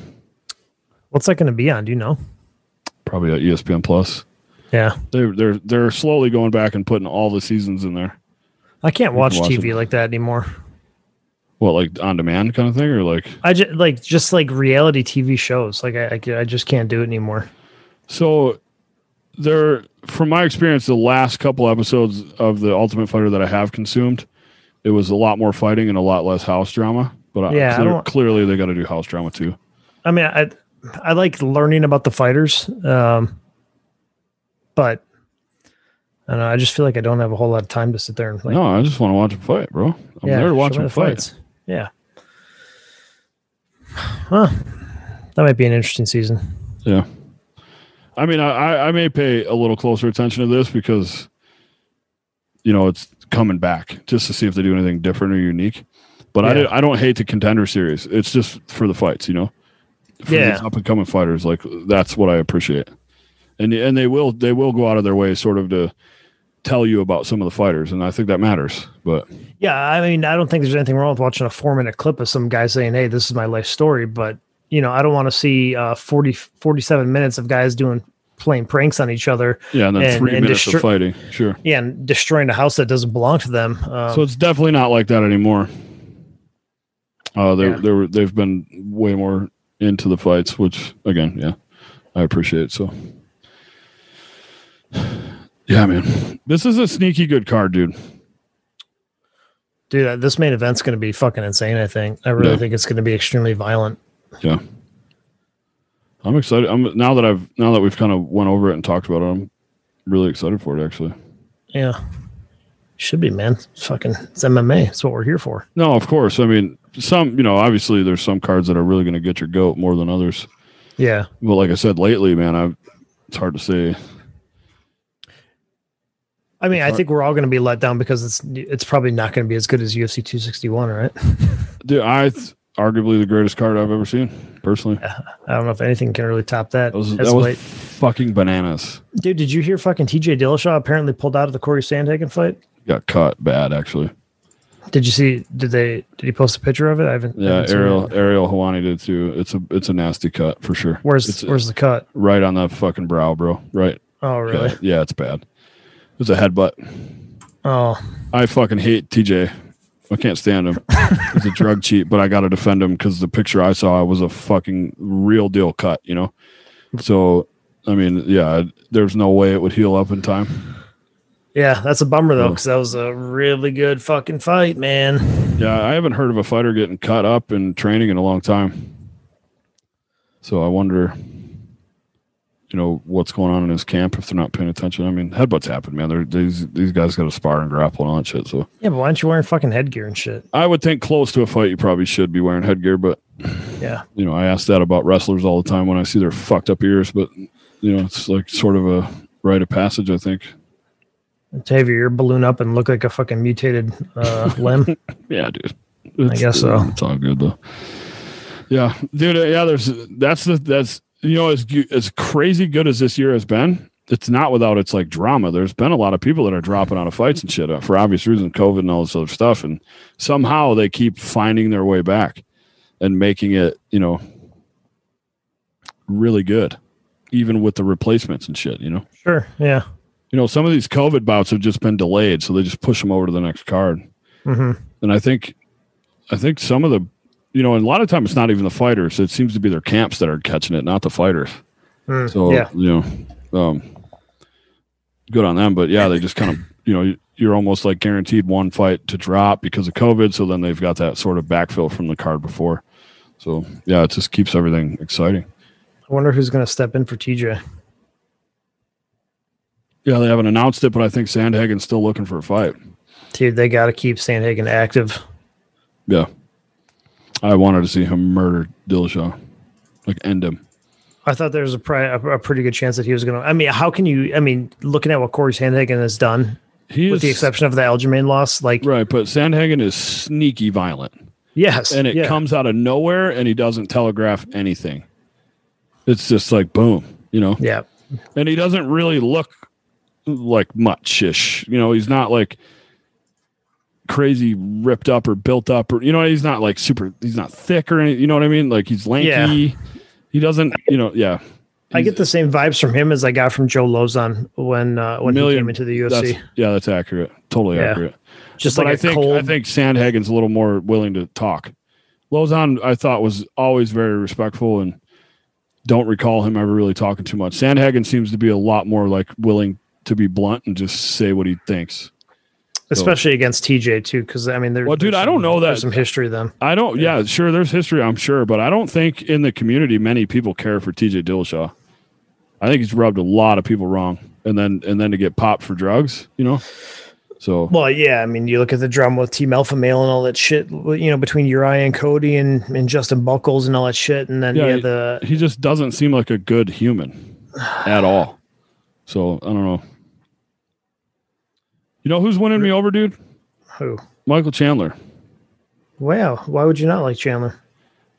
Speaker 2: What's that going to be on? Do you know?
Speaker 1: Probably at E ESPN Plus.
Speaker 2: Yeah.
Speaker 1: They they're they're slowly going back and putting all the seasons in there.
Speaker 2: I can't
Speaker 1: can
Speaker 2: watch
Speaker 1: watch
Speaker 2: TV
Speaker 1: it.
Speaker 2: like that anymore.
Speaker 1: What like on demand kind of thing, or like
Speaker 2: I just like just like reality TV shows. Like I, I, ca- I just can't do it anymore.
Speaker 1: So there from my experience the last couple episodes of the Ultimate Fighter that I have consumed, it was a lot more fighting and a lot less house drama, but I-
Speaker 2: Yeah, I
Speaker 1: clear-
Speaker 2: don't-
Speaker 1: clearly they got to do house drama too.
Speaker 2: I mean, I I like learning about the fighters, um, but I don't know. I just feel like I don't have a whole lot of time to sit there and like.
Speaker 1: no, I just want to watch them fight, bro. I'm there to
Speaker 2: show
Speaker 1: watch
Speaker 2: me
Speaker 1: them
Speaker 2: the
Speaker 1: fight.
Speaker 2: fights. Yeah. Huh. That might be an interesting season.
Speaker 1: Yeah. I mean, I, I I may pay a little closer attention to this because, you know, it's coming back just to see if they do anything different or unique. But I,
Speaker 2: Yeah.
Speaker 1: did, I don't hate the contender series. It's just for the fights, you know, for
Speaker 2: Yeah.
Speaker 1: these up and coming fighters. Like that's what I appreciate, and and they will they will go out of their way sort of to tell you about some of the fighters, and I think that matters. But
Speaker 2: Yeah, I mean, I don't think there's anything wrong with watching a four minute clip of some guy saying, "Hey, this is my life story," but you know, I don't want to see uh, 40, 47 minutes of guys doing playing pranks on each other.
Speaker 1: yeah, and then
Speaker 2: And-
Speaker 1: three
Speaker 2: and
Speaker 1: minutes
Speaker 2: destro-
Speaker 1: of fighting, sure.
Speaker 2: Yeah, and destroying a house that doesn't belong to them. Um,
Speaker 1: So it's definitely not like that anymore. Uh, they
Speaker 2: Yeah.
Speaker 1: they were they've been way more into the fights, which again, yeah, I appreciate. So, yeah, man, this is a sneaky good card, dude.
Speaker 2: dude, uh, this main event's going to be fucking insane. I think. I really
Speaker 1: Yeah.
Speaker 2: think it's going to be extremely violent.
Speaker 1: Yeah, I'm excited. I'm now that I've now that we've kind of went over it and talked about it, I'm really excited for it. Actually,
Speaker 2: Yeah, should be man. It's fucking it's MMA. That's what we're here for.
Speaker 1: no, of course. I mean, some you know, obviously, there's some cards that are really going to get your goat more than others.
Speaker 2: Yeah,
Speaker 1: But like I said, lately, man, I've it's hard to say.
Speaker 2: I mean, I
Speaker 1: Sorry.
Speaker 2: think we're all going to be let down because it's it's probably not going to be as good as UFC 261, right?
Speaker 1: Dude, I th- arguably the greatest card I've ever seen, personally. That
Speaker 2: I don't know if anything can really top that.
Speaker 1: was,
Speaker 2: as
Speaker 1: that was
Speaker 2: late.
Speaker 1: fucking bananas.
Speaker 2: Dude, did you hear fucking TJ Dillashaw apparently pulled out of the Corey Sandhagen fight?
Speaker 1: Got cut bad, actually.
Speaker 2: Did you see? Did they? Did he post a picture of it? I haven't. I
Speaker 1: Yeah,
Speaker 2: haven't seen
Speaker 1: Ariel
Speaker 2: it.
Speaker 1: Ariel Hawani did too. It's a it's a nasty cut for sure.
Speaker 2: Where's
Speaker 1: it's
Speaker 2: Where's the cut?
Speaker 1: right on the fucking brow, bro? Right.
Speaker 2: Oh, really?
Speaker 1: Yeah, yeah, it's bad. It's a headbutt.
Speaker 2: Oh,
Speaker 1: I fucking hate TJ. I can't stand him. He's a drug cheat, but I got to defend him because the picture I saw was a fucking real deal cut, you know? So, I mean, yeah, there's no way it would heal up in time.
Speaker 2: yeah. That's a bummer though,
Speaker 1: Yeah.
Speaker 2: because that was a really good fucking fight, man.
Speaker 1: Yeah, I haven't heard of a fighter getting cut up in training in a long time. So I wonder, you know, what's going on in his camp if they're not paying attention. I mean, headbutts happen, man. They're, these these guys got to spar and grapple and all that shit. So
Speaker 2: Yeah, but why aren't you wearing fucking headgear and shit?
Speaker 1: I would think close to a fight, you probably should be wearing headgear, but
Speaker 2: Yeah,
Speaker 1: you know, I ask that about wrestlers all the time when I see their fucked up ears, but you know, it's like sort of a rite of passage, I think.
Speaker 2: to have your ear balloon up and look like a fucking mutated uh, limb.
Speaker 1: Yeah, dude. It's-
Speaker 2: guess so.
Speaker 1: It's all good though. Yeah, dude. uh, Yeah, there's that's the that's you know as gu- as crazy good as this year has been, it's not without its like drama. There's been a lot of people that are dropping out of fights and shit uh, for obvious reasons, COVID and all this other stuff, and somehow they keep finding their way back and making it you know really good, even with the replacements and shit. You know,
Speaker 2: Sure. Yeah.
Speaker 1: you know some of these COVID bouts have just been delayed, so they just push them over to the next card
Speaker 2: hmm
Speaker 1: and I think, I think some of the, you know, and a lot of time it's not even the fighters. It seems to be their camps that are catching it, not the fighters.
Speaker 2: Mm,
Speaker 1: So
Speaker 2: yeah.
Speaker 1: you know, um, good on them. But yeah, they just kind of, you know, you're almost like guaranteed one fight to drop because of COVID. So then they've got that sort of backfill from the card before. So yeah, it just keeps everything exciting.
Speaker 2: I wonder who's gonna step in for TJ.
Speaker 1: Yeah, they haven't announced it, but I think Sandhagen's still looking for a fight.
Speaker 2: Dude, they got to keep Sandhagen active.
Speaker 1: Yeah, I wanted to see him murder Dillashaw, like end him.
Speaker 2: I thought there was a, pri- a, a pretty good chance that he was going to. I mean, how can you? I mean, looking at what Corey Sandhagen has done,
Speaker 1: He
Speaker 2: with the
Speaker 1: is-
Speaker 2: exception of the Aljamain loss, like
Speaker 1: Right, but Sandhagen is sneaky violent,
Speaker 2: yes,
Speaker 1: and it
Speaker 2: yeah.
Speaker 1: comes out of nowhere, and he doesn't telegraph anything. It's just like boom, you know.
Speaker 2: Yeah,
Speaker 1: And he doesn't really look like much ish, you know. He's not like crazy ripped up or built up, or you know, he's not like super. He's not thick or any, you know what I mean. Like he's lanky.
Speaker 2: Yeah.
Speaker 1: He doesn't, you know. Yeah,
Speaker 2: I get the same vibes from him as I got from Joe Lozon when uh, when
Speaker 1: Million-
Speaker 2: he came into the
Speaker 1: that's,
Speaker 2: UFC.
Speaker 1: yeah, that's accurate. Totally
Speaker 2: Yeah.
Speaker 1: accurate.
Speaker 2: Just
Speaker 1: but
Speaker 2: like a
Speaker 1: I think
Speaker 2: cold.
Speaker 1: I think Sandhagen's a little more willing to talk. Lozon, I thought, was always very respectful and don't recall him ever really talking too much. Sandhagen seems to be a lot more like willing to be blunt and just say what he thinks.
Speaker 2: especially against TJ too, because I mean, there,
Speaker 1: Well, dude,
Speaker 2: there's
Speaker 1: I don't
Speaker 2: some-
Speaker 1: know that-
Speaker 2: there's some history then.
Speaker 1: I don't, yeah, sure, there's history, I'm sure, but I don't think in the community many people care for TJ Dillashaw. I think he's rubbed a lot of people wrong, and then and then to get popped for drugs, you know. So
Speaker 2: Well, yeah, I mean, you look at the drama with Team Alpha Male and all that shit, you know, between Uriah and Cody and, and Justin Buckles and all that shit, and then
Speaker 1: Yeah,
Speaker 2: yeah,
Speaker 1: it-
Speaker 2: the
Speaker 1: he just doesn't seem like a good human at all. So I don't know. You know who's winning me over, dude?
Speaker 2: who?
Speaker 1: Michael Chandler.
Speaker 2: Wow, why would you not like Chandler?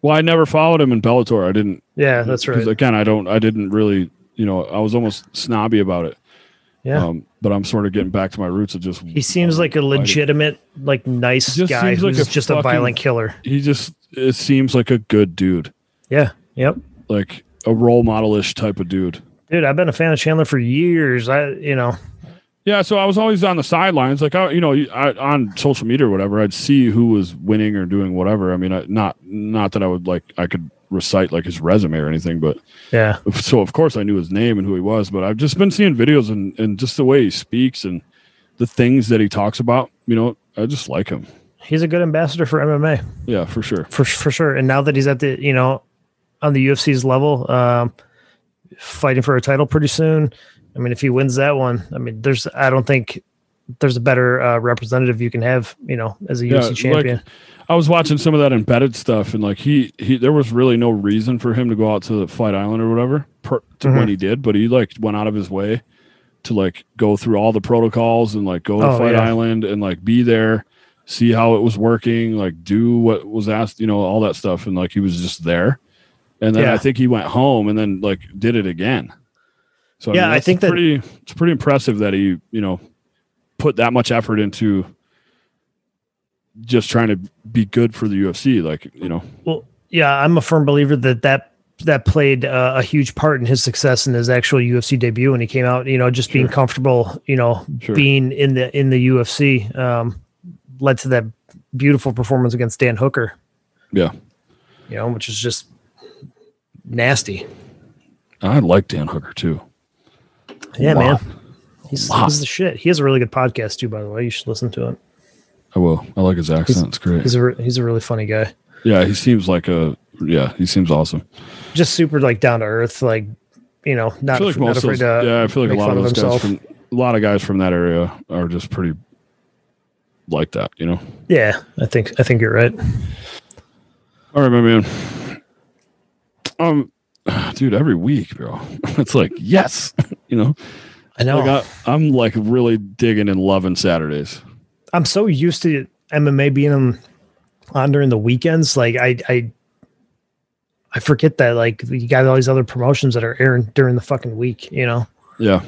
Speaker 1: Well, I never followed him in Bellator. I didn't.
Speaker 2: Yeah, that's
Speaker 1: 'cause
Speaker 2: right.
Speaker 1: Again, I don't. I didn't really. You know, I was almost snobby about it.
Speaker 2: Yeah.
Speaker 1: Um, but I'm sort of getting back to my roots of just
Speaker 2: He seems like a legitimate, like nice
Speaker 1: Just
Speaker 2: guy
Speaker 1: seems
Speaker 2: who's
Speaker 1: like a
Speaker 2: just
Speaker 1: fucking-
Speaker 2: a violent killer.
Speaker 1: he just it seems like a good dude,
Speaker 2: Yeah. Yep.
Speaker 1: like a role model ish type of dude.
Speaker 2: Dude, I've been a fan of Chandler for years. I, you know,
Speaker 1: Yeah, so I was always on the sidelines, like I, you know, I, on social media or whatever. I'd see who was winning or doing whatever. I mean, I, not not that I would like I could recite like his resume or anything, but
Speaker 2: yeah,
Speaker 1: so of course I knew his name and who he was. But I've just been seeing videos and and just the way he speaks and the things that he talks about. You know, I just like him.
Speaker 2: he's a good ambassador for MMA
Speaker 1: Yeah, for sure.
Speaker 2: for for sure. And now that he's at the, you know, on the UFC's level, um, fighting for a title pretty soon. I mean, if he wins that one, I mean, there's, I don't think there's a better uh, representative you can have, you know, as a
Speaker 1: Yeah,
Speaker 2: UFC champion.
Speaker 1: Like, I was watching some of that embedded stuff, and like he he, there was really no reason for him to go out to Fight Island or whatever per, to
Speaker 2: Mhm.
Speaker 1: when he did, but he like went out of his way to like go through all the protocols and like go to
Speaker 2: Oh,
Speaker 1: Fight
Speaker 2: yeah.
Speaker 1: Island and like be there, see how it was working, like do what was asked, you know, all that stuff, and like he was just there, and then I
Speaker 2: Yeah.
Speaker 1: think he went home and then like did it again. So
Speaker 2: Yeah, I
Speaker 1: that's
Speaker 2: think that-
Speaker 1: pretty it's pretty impressive that he you know put that much effort into just trying to be good for the UFC. Like you know,
Speaker 2: Well, yeah, I'm a firm believer that that that played uh, a huge part in his success in his actual UFC debut when he came out. You know, just being
Speaker 1: Sure.
Speaker 2: comfortable, you know,
Speaker 1: Sure.
Speaker 2: being in the in the UFC um, led to that beautiful performance against Dan Hooker.
Speaker 1: Yeah.
Speaker 2: you know, which is just nasty.
Speaker 1: I like Dan Hooker too.
Speaker 2: Yeah,
Speaker 1: lot.
Speaker 2: man, he's,
Speaker 1: lot.
Speaker 2: he's the shit. He has a really good podcast too, by the way. You should listen to it.
Speaker 1: I will. I like his accent. It's great.
Speaker 2: He's a re- he's a really funny guy.
Speaker 1: yeah, he seems like a yeah. He seems awesome.
Speaker 2: Just super like down to earth, like you know,
Speaker 1: I
Speaker 2: not,
Speaker 1: feel like
Speaker 2: not
Speaker 1: most of
Speaker 2: afraid
Speaker 1: those,
Speaker 2: to.
Speaker 1: yeah. I feel like a
Speaker 2: make
Speaker 1: lot
Speaker 2: fun
Speaker 1: of
Speaker 2: of
Speaker 1: those guys
Speaker 2: himself.
Speaker 1: from a lot of guys from that area are just pretty like that. You know.
Speaker 2: yeah, I think I think you're right.
Speaker 1: All right, my man. Um, dude, every week, bro. It's like yes, you know.
Speaker 2: I know.
Speaker 1: Like I, I'm like really digging and loving Saturdays.
Speaker 2: I'm so used to MMA being on, on during the weekends. Like I, I, I forget that like you got all these other promotions that are airing during the fucking week, you know.
Speaker 1: Yeah,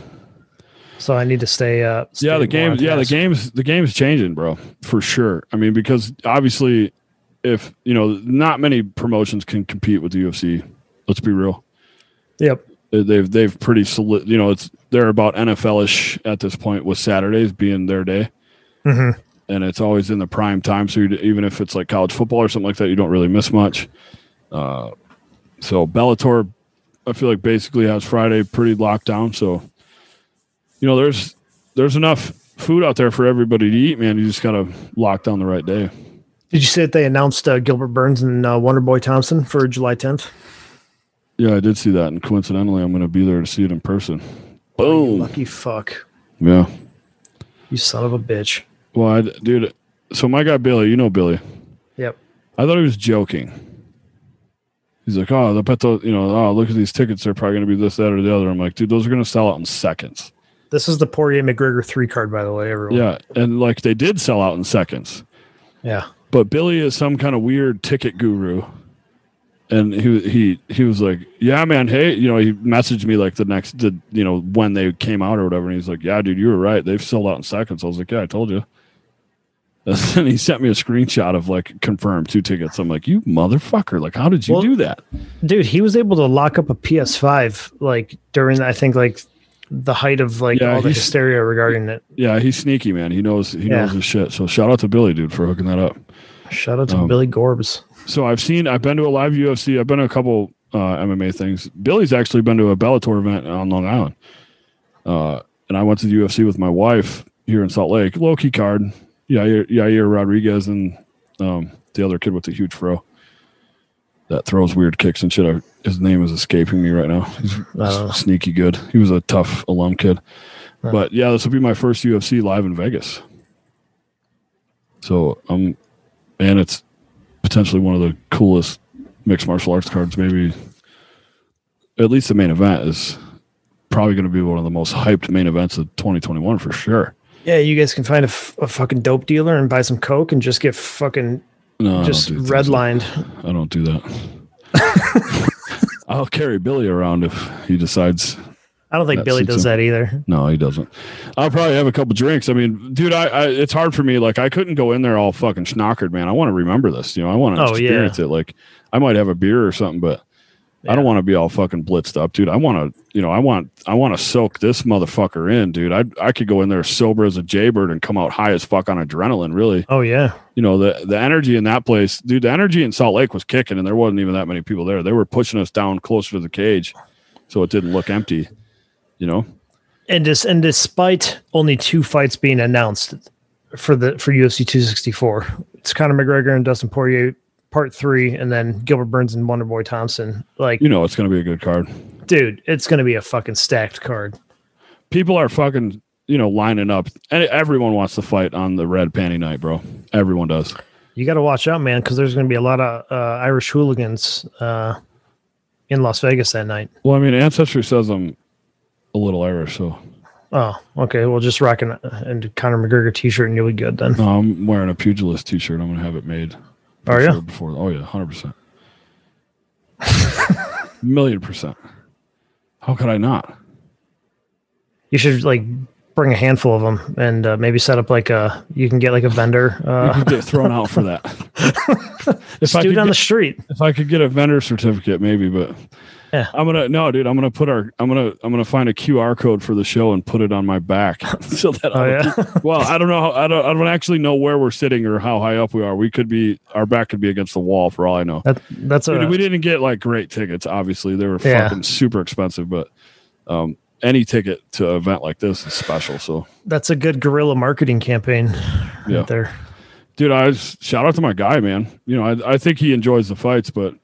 Speaker 2: So I need to stay. Uh, stay
Speaker 1: yeah.
Speaker 2: more
Speaker 1: The game,
Speaker 2: on
Speaker 1: yeah. The
Speaker 2: task.
Speaker 1: game's the game's changing, bro, for sure. I mean, because obviously, if you know, not many promotions can compete with the UFC. Let's be real.
Speaker 2: Yep.
Speaker 1: They- They've they've pretty solid. You know, it's they're about NFL ish at this point with Saturdays being their day.
Speaker 2: hmm
Speaker 1: and it's always in the prime time. So you even if it's like college football or something like that, you don't really miss much. Uh, so Bellator, I feel like basically has Friday pretty locked down. So you know, there's there's enough food out there for everybody to eat, man. You just gotta lock down the right day.
Speaker 2: Did you say that they announced uh, Gilbert Burns and uh, Wonder Boy Thompson for July 10th?
Speaker 1: Yeah, I did see that, and coincidentally, I'm gonna be there to see it in person.
Speaker 2: You
Speaker 1: Boom.
Speaker 2: Lucky fuck,
Speaker 1: Yeah.
Speaker 2: you son of a bitch.
Speaker 1: Well, I, dude. So my guy Billy, you know Billy.
Speaker 2: Yep.
Speaker 1: I thought he was joking. He's like, oh, the bet those, you know, oh, look at these tickets. They're probably going to be this, that, or the other. I'm like, dude, those are going to sell out in seconds.
Speaker 2: This is the Poirier McGregor three card, by the way, everyone.
Speaker 1: Yeah. And like they did sell out in seconds.
Speaker 2: Yeah.
Speaker 1: But Billy is some kind of weird ticket guru. And he he he was like, Yeah, man, hey, you know, he messaged me like the next the, you know, when they came out or whatever, and he's like, Yeah, dude, you were right. They've sold out in seconds. I was like, Yeah, I told you. And then he sent me a screenshot of like confirmed two tickets. I'm like, You motherfucker, like how did you
Speaker 2: Well-
Speaker 1: do that?
Speaker 2: Dude, he was able to lock up a PS5 like during, I think, like the height of like
Speaker 1: Yeah,
Speaker 2: all the
Speaker 1: he's-
Speaker 2: hysteria regarding it.
Speaker 1: Yeah, he's sneaky, man. He knows he
Speaker 2: Yeah.
Speaker 1: knows his shit. So shout out to Billy, dude, for hooking that up.
Speaker 2: Shout out to
Speaker 1: Um,
Speaker 2: Billy Gorbs.
Speaker 1: So I've seen I've been to a live UFC. I've been to a couple uh, MMA things. Billy's actually been to a Bellator event on Long Island. Uh, and I went to the UFC with my wife here in Salt Lake. Low key card. Yeah, Yair Rodriguez and um, the other kid with the huge fro that throws weird kicks and shit. I, his name is escaping me right now. He's
Speaker 2: Uh,
Speaker 1: sneaky good. He was a tough alum kid.
Speaker 2: Huh.
Speaker 1: But yeah, this will be my first UFC live in Vegas. So um, and it's potentially one of the coolest mixed martial arts cards. Maybe at least the main event is probably going to be one of the most hyped main events of 2021 for sure.
Speaker 2: yeah, you guys can find a, f- a fucking dope dealer and buy some coke and just get fucking
Speaker 1: No, I don't
Speaker 2: just
Speaker 1: do things
Speaker 2: redlined.
Speaker 1: like- I don't do that. I'll carry Billy around if he decides
Speaker 2: I don't think
Speaker 1: That
Speaker 2: Billy
Speaker 1: suits
Speaker 2: does
Speaker 1: him.
Speaker 2: that either.
Speaker 1: No, he doesn't. I'll probably have a couple drinks. I mean, dude, I, I it's hard for me. Like, I couldn't go in there all fucking schnockered, man. I want to remember this. You know, I want to
Speaker 2: Oh, yeah.
Speaker 1: experience it. Like, I might have a beer or something, but I don't want to be all fucking blitzed up, dude. I want to, you know, I want, I want to soak this motherfucker in, dude. I, I could go in there sober as a jaybird and come out high as fuck on adrenaline. Really,
Speaker 2: Oh yeah.
Speaker 1: you know, the the energy in that place, dude. The energy in Salt Lake was kicking, and there wasn't even that many people there. They were pushing us down closer to the cage, so it didn't look empty. You know,
Speaker 2: and dis- and despite only two fights being announced for the for UFC 264, it's Conor McGregor and Dustin Poirier part three, and then Gilbert Burns and Wonderboy Thompson. Like,
Speaker 1: you know, it's going to be a good card.
Speaker 2: dude, it's gonna be a fucking stacked card.
Speaker 1: people are fucking you know lining up and everyone wants to fight on the red panty night bro everyone does
Speaker 2: You got to watch out, man, because there's gonna be a lot of uh, Irish hooligans uh, in Las Vegas that night.
Speaker 1: well i mean ancestry says i'm a little irish so
Speaker 2: Oh, okay. Well, just rock an and Conor McGregor t-shirt, and you'll be good then.
Speaker 1: no i'm wearing a pugilist t-shirt i'm gonna have it made for
Speaker 2: Are ya?
Speaker 1: sure before oh yeah 100% million percent how could i not
Speaker 2: You should like bring a handful of them and uh, maybe set up like a you can get like a vendor uh,
Speaker 1: You get thrown out for that. Mm-hmm. if I
Speaker 2: just do
Speaker 1: could
Speaker 2: it on
Speaker 1: get,
Speaker 2: the street.
Speaker 1: if I could get a vendor certificate, maybe. But
Speaker 2: Yeah.
Speaker 1: I'm gonna no, dude. I'm gonna put our I'm gonna I'm gonna find a QR code for the show and put it on my back so that
Speaker 2: Oh
Speaker 1: I'll-
Speaker 2: yeah,
Speaker 1: well, I don't know. How, I don't. I don't actually know where we're sitting or how high up we are. We could be. Our back could be against the wall for all I know.
Speaker 2: that, that's
Speaker 1: We,
Speaker 2: a,
Speaker 1: we didn't get like great tickets. Obviously, they were
Speaker 2: Yeah.
Speaker 1: fucking super expensive. But um, any ticket to an event like this is special. So,
Speaker 2: that's a good guerrilla marketing campaign
Speaker 1: Yeah.
Speaker 2: right there.
Speaker 1: dude, I was, shout out to my guy, man. You know, I, I think he enjoys the fights, but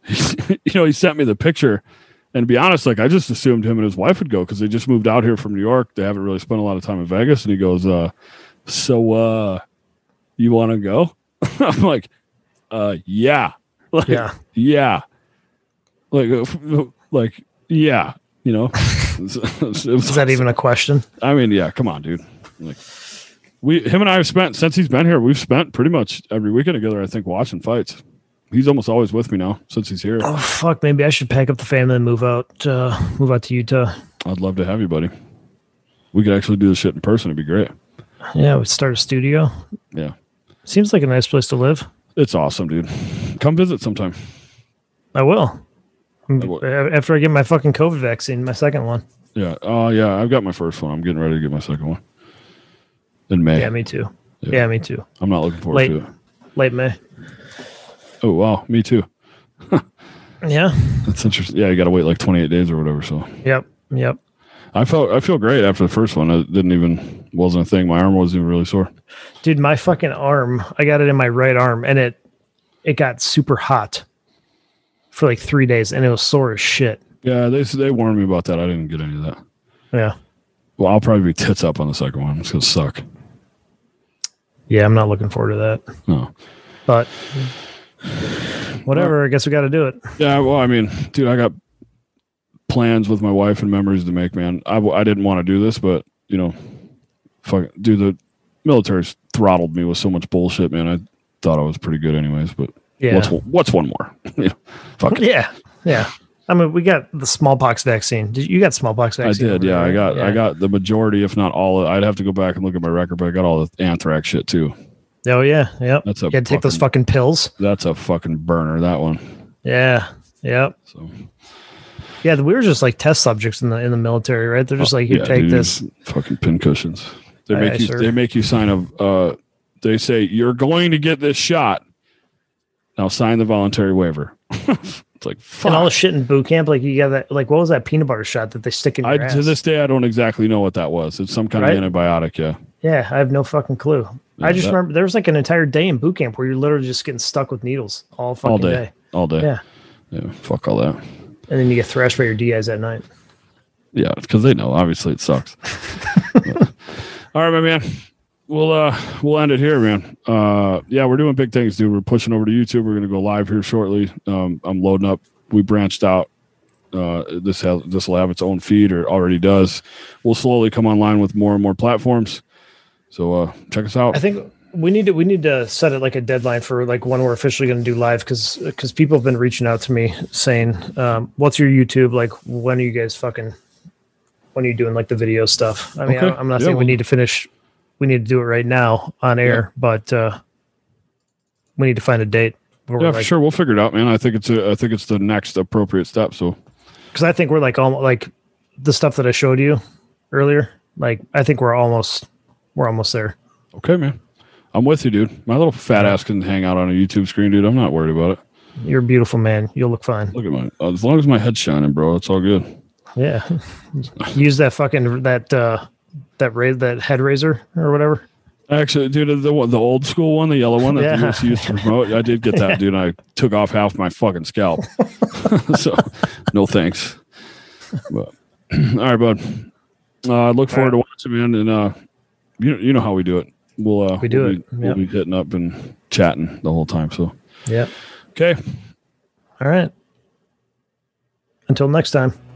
Speaker 1: you know, he sent me the picture. And to be honest, like I just assumed him and his wife would go because they just moved out here from New York. They haven't really spent a lot of time in Vegas. And he goes, uh, "So, uh, you want to go?" I'm like, "Uh, yeah, like,
Speaker 2: Yeah,
Speaker 1: yeah like uh, f- like yeah you know It was- it was-
Speaker 2: is that even a question?
Speaker 1: i mean yeah come on dude like we him and i have spent since he's been here we've spent pretty much every weekend together i think watching fights he's almost always with me now since he's here
Speaker 2: Oh fuck, maybe I should pack up the family and move out. Uh, move out to Utah.
Speaker 1: i'd love to have you buddy we could actually do this shit in person it'd be great
Speaker 2: Yeah, we start a studio.
Speaker 1: Yeah.
Speaker 2: seems like a nice place to live.
Speaker 1: it's awesome dude come visit sometime
Speaker 2: I will.
Speaker 1: will.
Speaker 2: After I get my fucking COVID vaccine, my second one.
Speaker 1: yeah oh yeah i've got my first one i'm getting ready to get my second one in may
Speaker 2: Yeah, me too.
Speaker 1: Yeah.
Speaker 2: Yeah, me too.
Speaker 1: i'm not looking forward
Speaker 2: Late.
Speaker 1: to it
Speaker 2: Late May.
Speaker 1: oh wow me too
Speaker 2: Yeah.
Speaker 1: That's interesting. Yeah, you got to wait like 28 days or whatever. So
Speaker 2: Yep. Yep.
Speaker 1: I felt I feel great after the first one. It didn't even wasn't a thing. My arm wasn't even really sore.
Speaker 2: Dude, my fucking arm. I got it in my right arm, and it it got super hot for like three days, and it was sore as shit.
Speaker 1: Yeah, they they warned me about that. I didn't get any of that.
Speaker 2: Yeah.
Speaker 1: Well, I'll probably be tits up on the second one. It's gonna suck.
Speaker 2: Yeah, I'm not looking forward to that.
Speaker 1: No.
Speaker 2: But whatever. I guess we got to do it.
Speaker 1: Yeah. Well, I mean, dude, I got plans with my wife and memories to make. Man, I w- I didn't want to do this, but you know, fuck, dude, the military's throttled me with so much bullshit, man. I thought I was pretty good anyways, but
Speaker 2: Yeah.
Speaker 1: what's what's one more? You know, fuck it.
Speaker 2: yeah. Yeah. I mean, we got the smallpox vaccine. Did you got smallpox
Speaker 1: I
Speaker 2: vaccine?
Speaker 1: did, yeah. I got I
Speaker 2: Yeah.
Speaker 1: got the majority, if not all. Of, I'd have to go back and look at my record, but I got all the anthrax shit too.
Speaker 2: Oh yeah, yep.
Speaker 1: That's a
Speaker 2: you gotta take those fucking pills.
Speaker 1: That's a fucking burner, that one.
Speaker 2: Yeah, yep,
Speaker 1: So
Speaker 2: yeah. We were just like test subjects in the in the military, right? They're just like, you
Speaker 1: yeah,
Speaker 2: take
Speaker 1: dude,
Speaker 2: this.
Speaker 1: fucking pin cushions. They
Speaker 2: Aye,
Speaker 1: make
Speaker 2: aye,
Speaker 1: you.
Speaker 2: sir.
Speaker 1: They make you sign a. Uh, they say you're going to get this shot. Now sign the voluntary waiver. it's like
Speaker 2: And all the
Speaker 1: fuck.
Speaker 2: shit in boot camp, like you got that, like what was that peanut butter shot that they stick in your
Speaker 1: I,
Speaker 2: ass?
Speaker 1: to this day, I don't exactly know what that was. It's some kind
Speaker 2: Right?
Speaker 1: of antibiotic. Yeah,
Speaker 2: yeah, I have no fucking clue.
Speaker 1: Yeah,
Speaker 2: I just
Speaker 1: that-
Speaker 2: remember there was like an entire day in boot camp where you're literally just getting stuck with needles all fucking
Speaker 1: all
Speaker 2: day.
Speaker 1: day, all day.
Speaker 2: Yeah.
Speaker 1: yeah. Fuck all that.
Speaker 2: and then you get thrashed by your DIs at night.
Speaker 1: Yeah, because they know. Obviously, it sucks. But- all right, my man. We'll uh we'll end it here, man. Uh yeah, we're doing big things, dude. We're pushing over to YouTube. We're gonna go live here shortly. Um I'm loading up. We branched out. Uh this has this will have its own feed or already does. We'll slowly come online with more and more platforms. So uh check us out.
Speaker 2: I think we need to we need to set it like a deadline for like when we're officially going to do live because because people have been reaching out to me saying, um, "What's your YouTube? Like, when are you guys fucking? When are you doing like the video stuff?" I mean,
Speaker 1: Okay.
Speaker 2: I, I'm not
Speaker 1: Yeah,
Speaker 2: saying we
Speaker 1: well-
Speaker 2: need to finish. We need to do it right now on air, but uh, we need to find a date.
Speaker 1: yeah, for sure. We'll figure it out, man. I think it's a, I think it's the next appropriate step. So
Speaker 2: Because I think we're like almost like the stuff that I showed you earlier. Like, I think we're almost we're almost there.
Speaker 1: okay, man. I'm with you, dude. My little fat ass can hang out on a YouTube screen, dude. I'm not worried about it.
Speaker 2: You're a beautiful man. You'll look fine.
Speaker 1: Look at my. As long as my head's shining, bro, it's all good.
Speaker 2: Yeah. Use that fucking that uh that ra- that head razor or whatever.
Speaker 1: Actually, dude, the one- the old school one, the yellow one that
Speaker 2: Yeah.
Speaker 1: they used to use to promote, I did get that, dude. And I took off half my fucking scalp. so, no thanks. But all right, bud. Uh, I look forward to watching, man. And uh, you you know how we do it. We'll uh,
Speaker 2: We do
Speaker 1: we'll
Speaker 2: it,
Speaker 1: Be, We'll
Speaker 2: yep.
Speaker 1: be hitting up and chatting the whole time. So
Speaker 2: Yeah.
Speaker 1: okay.
Speaker 2: All right. Until next time.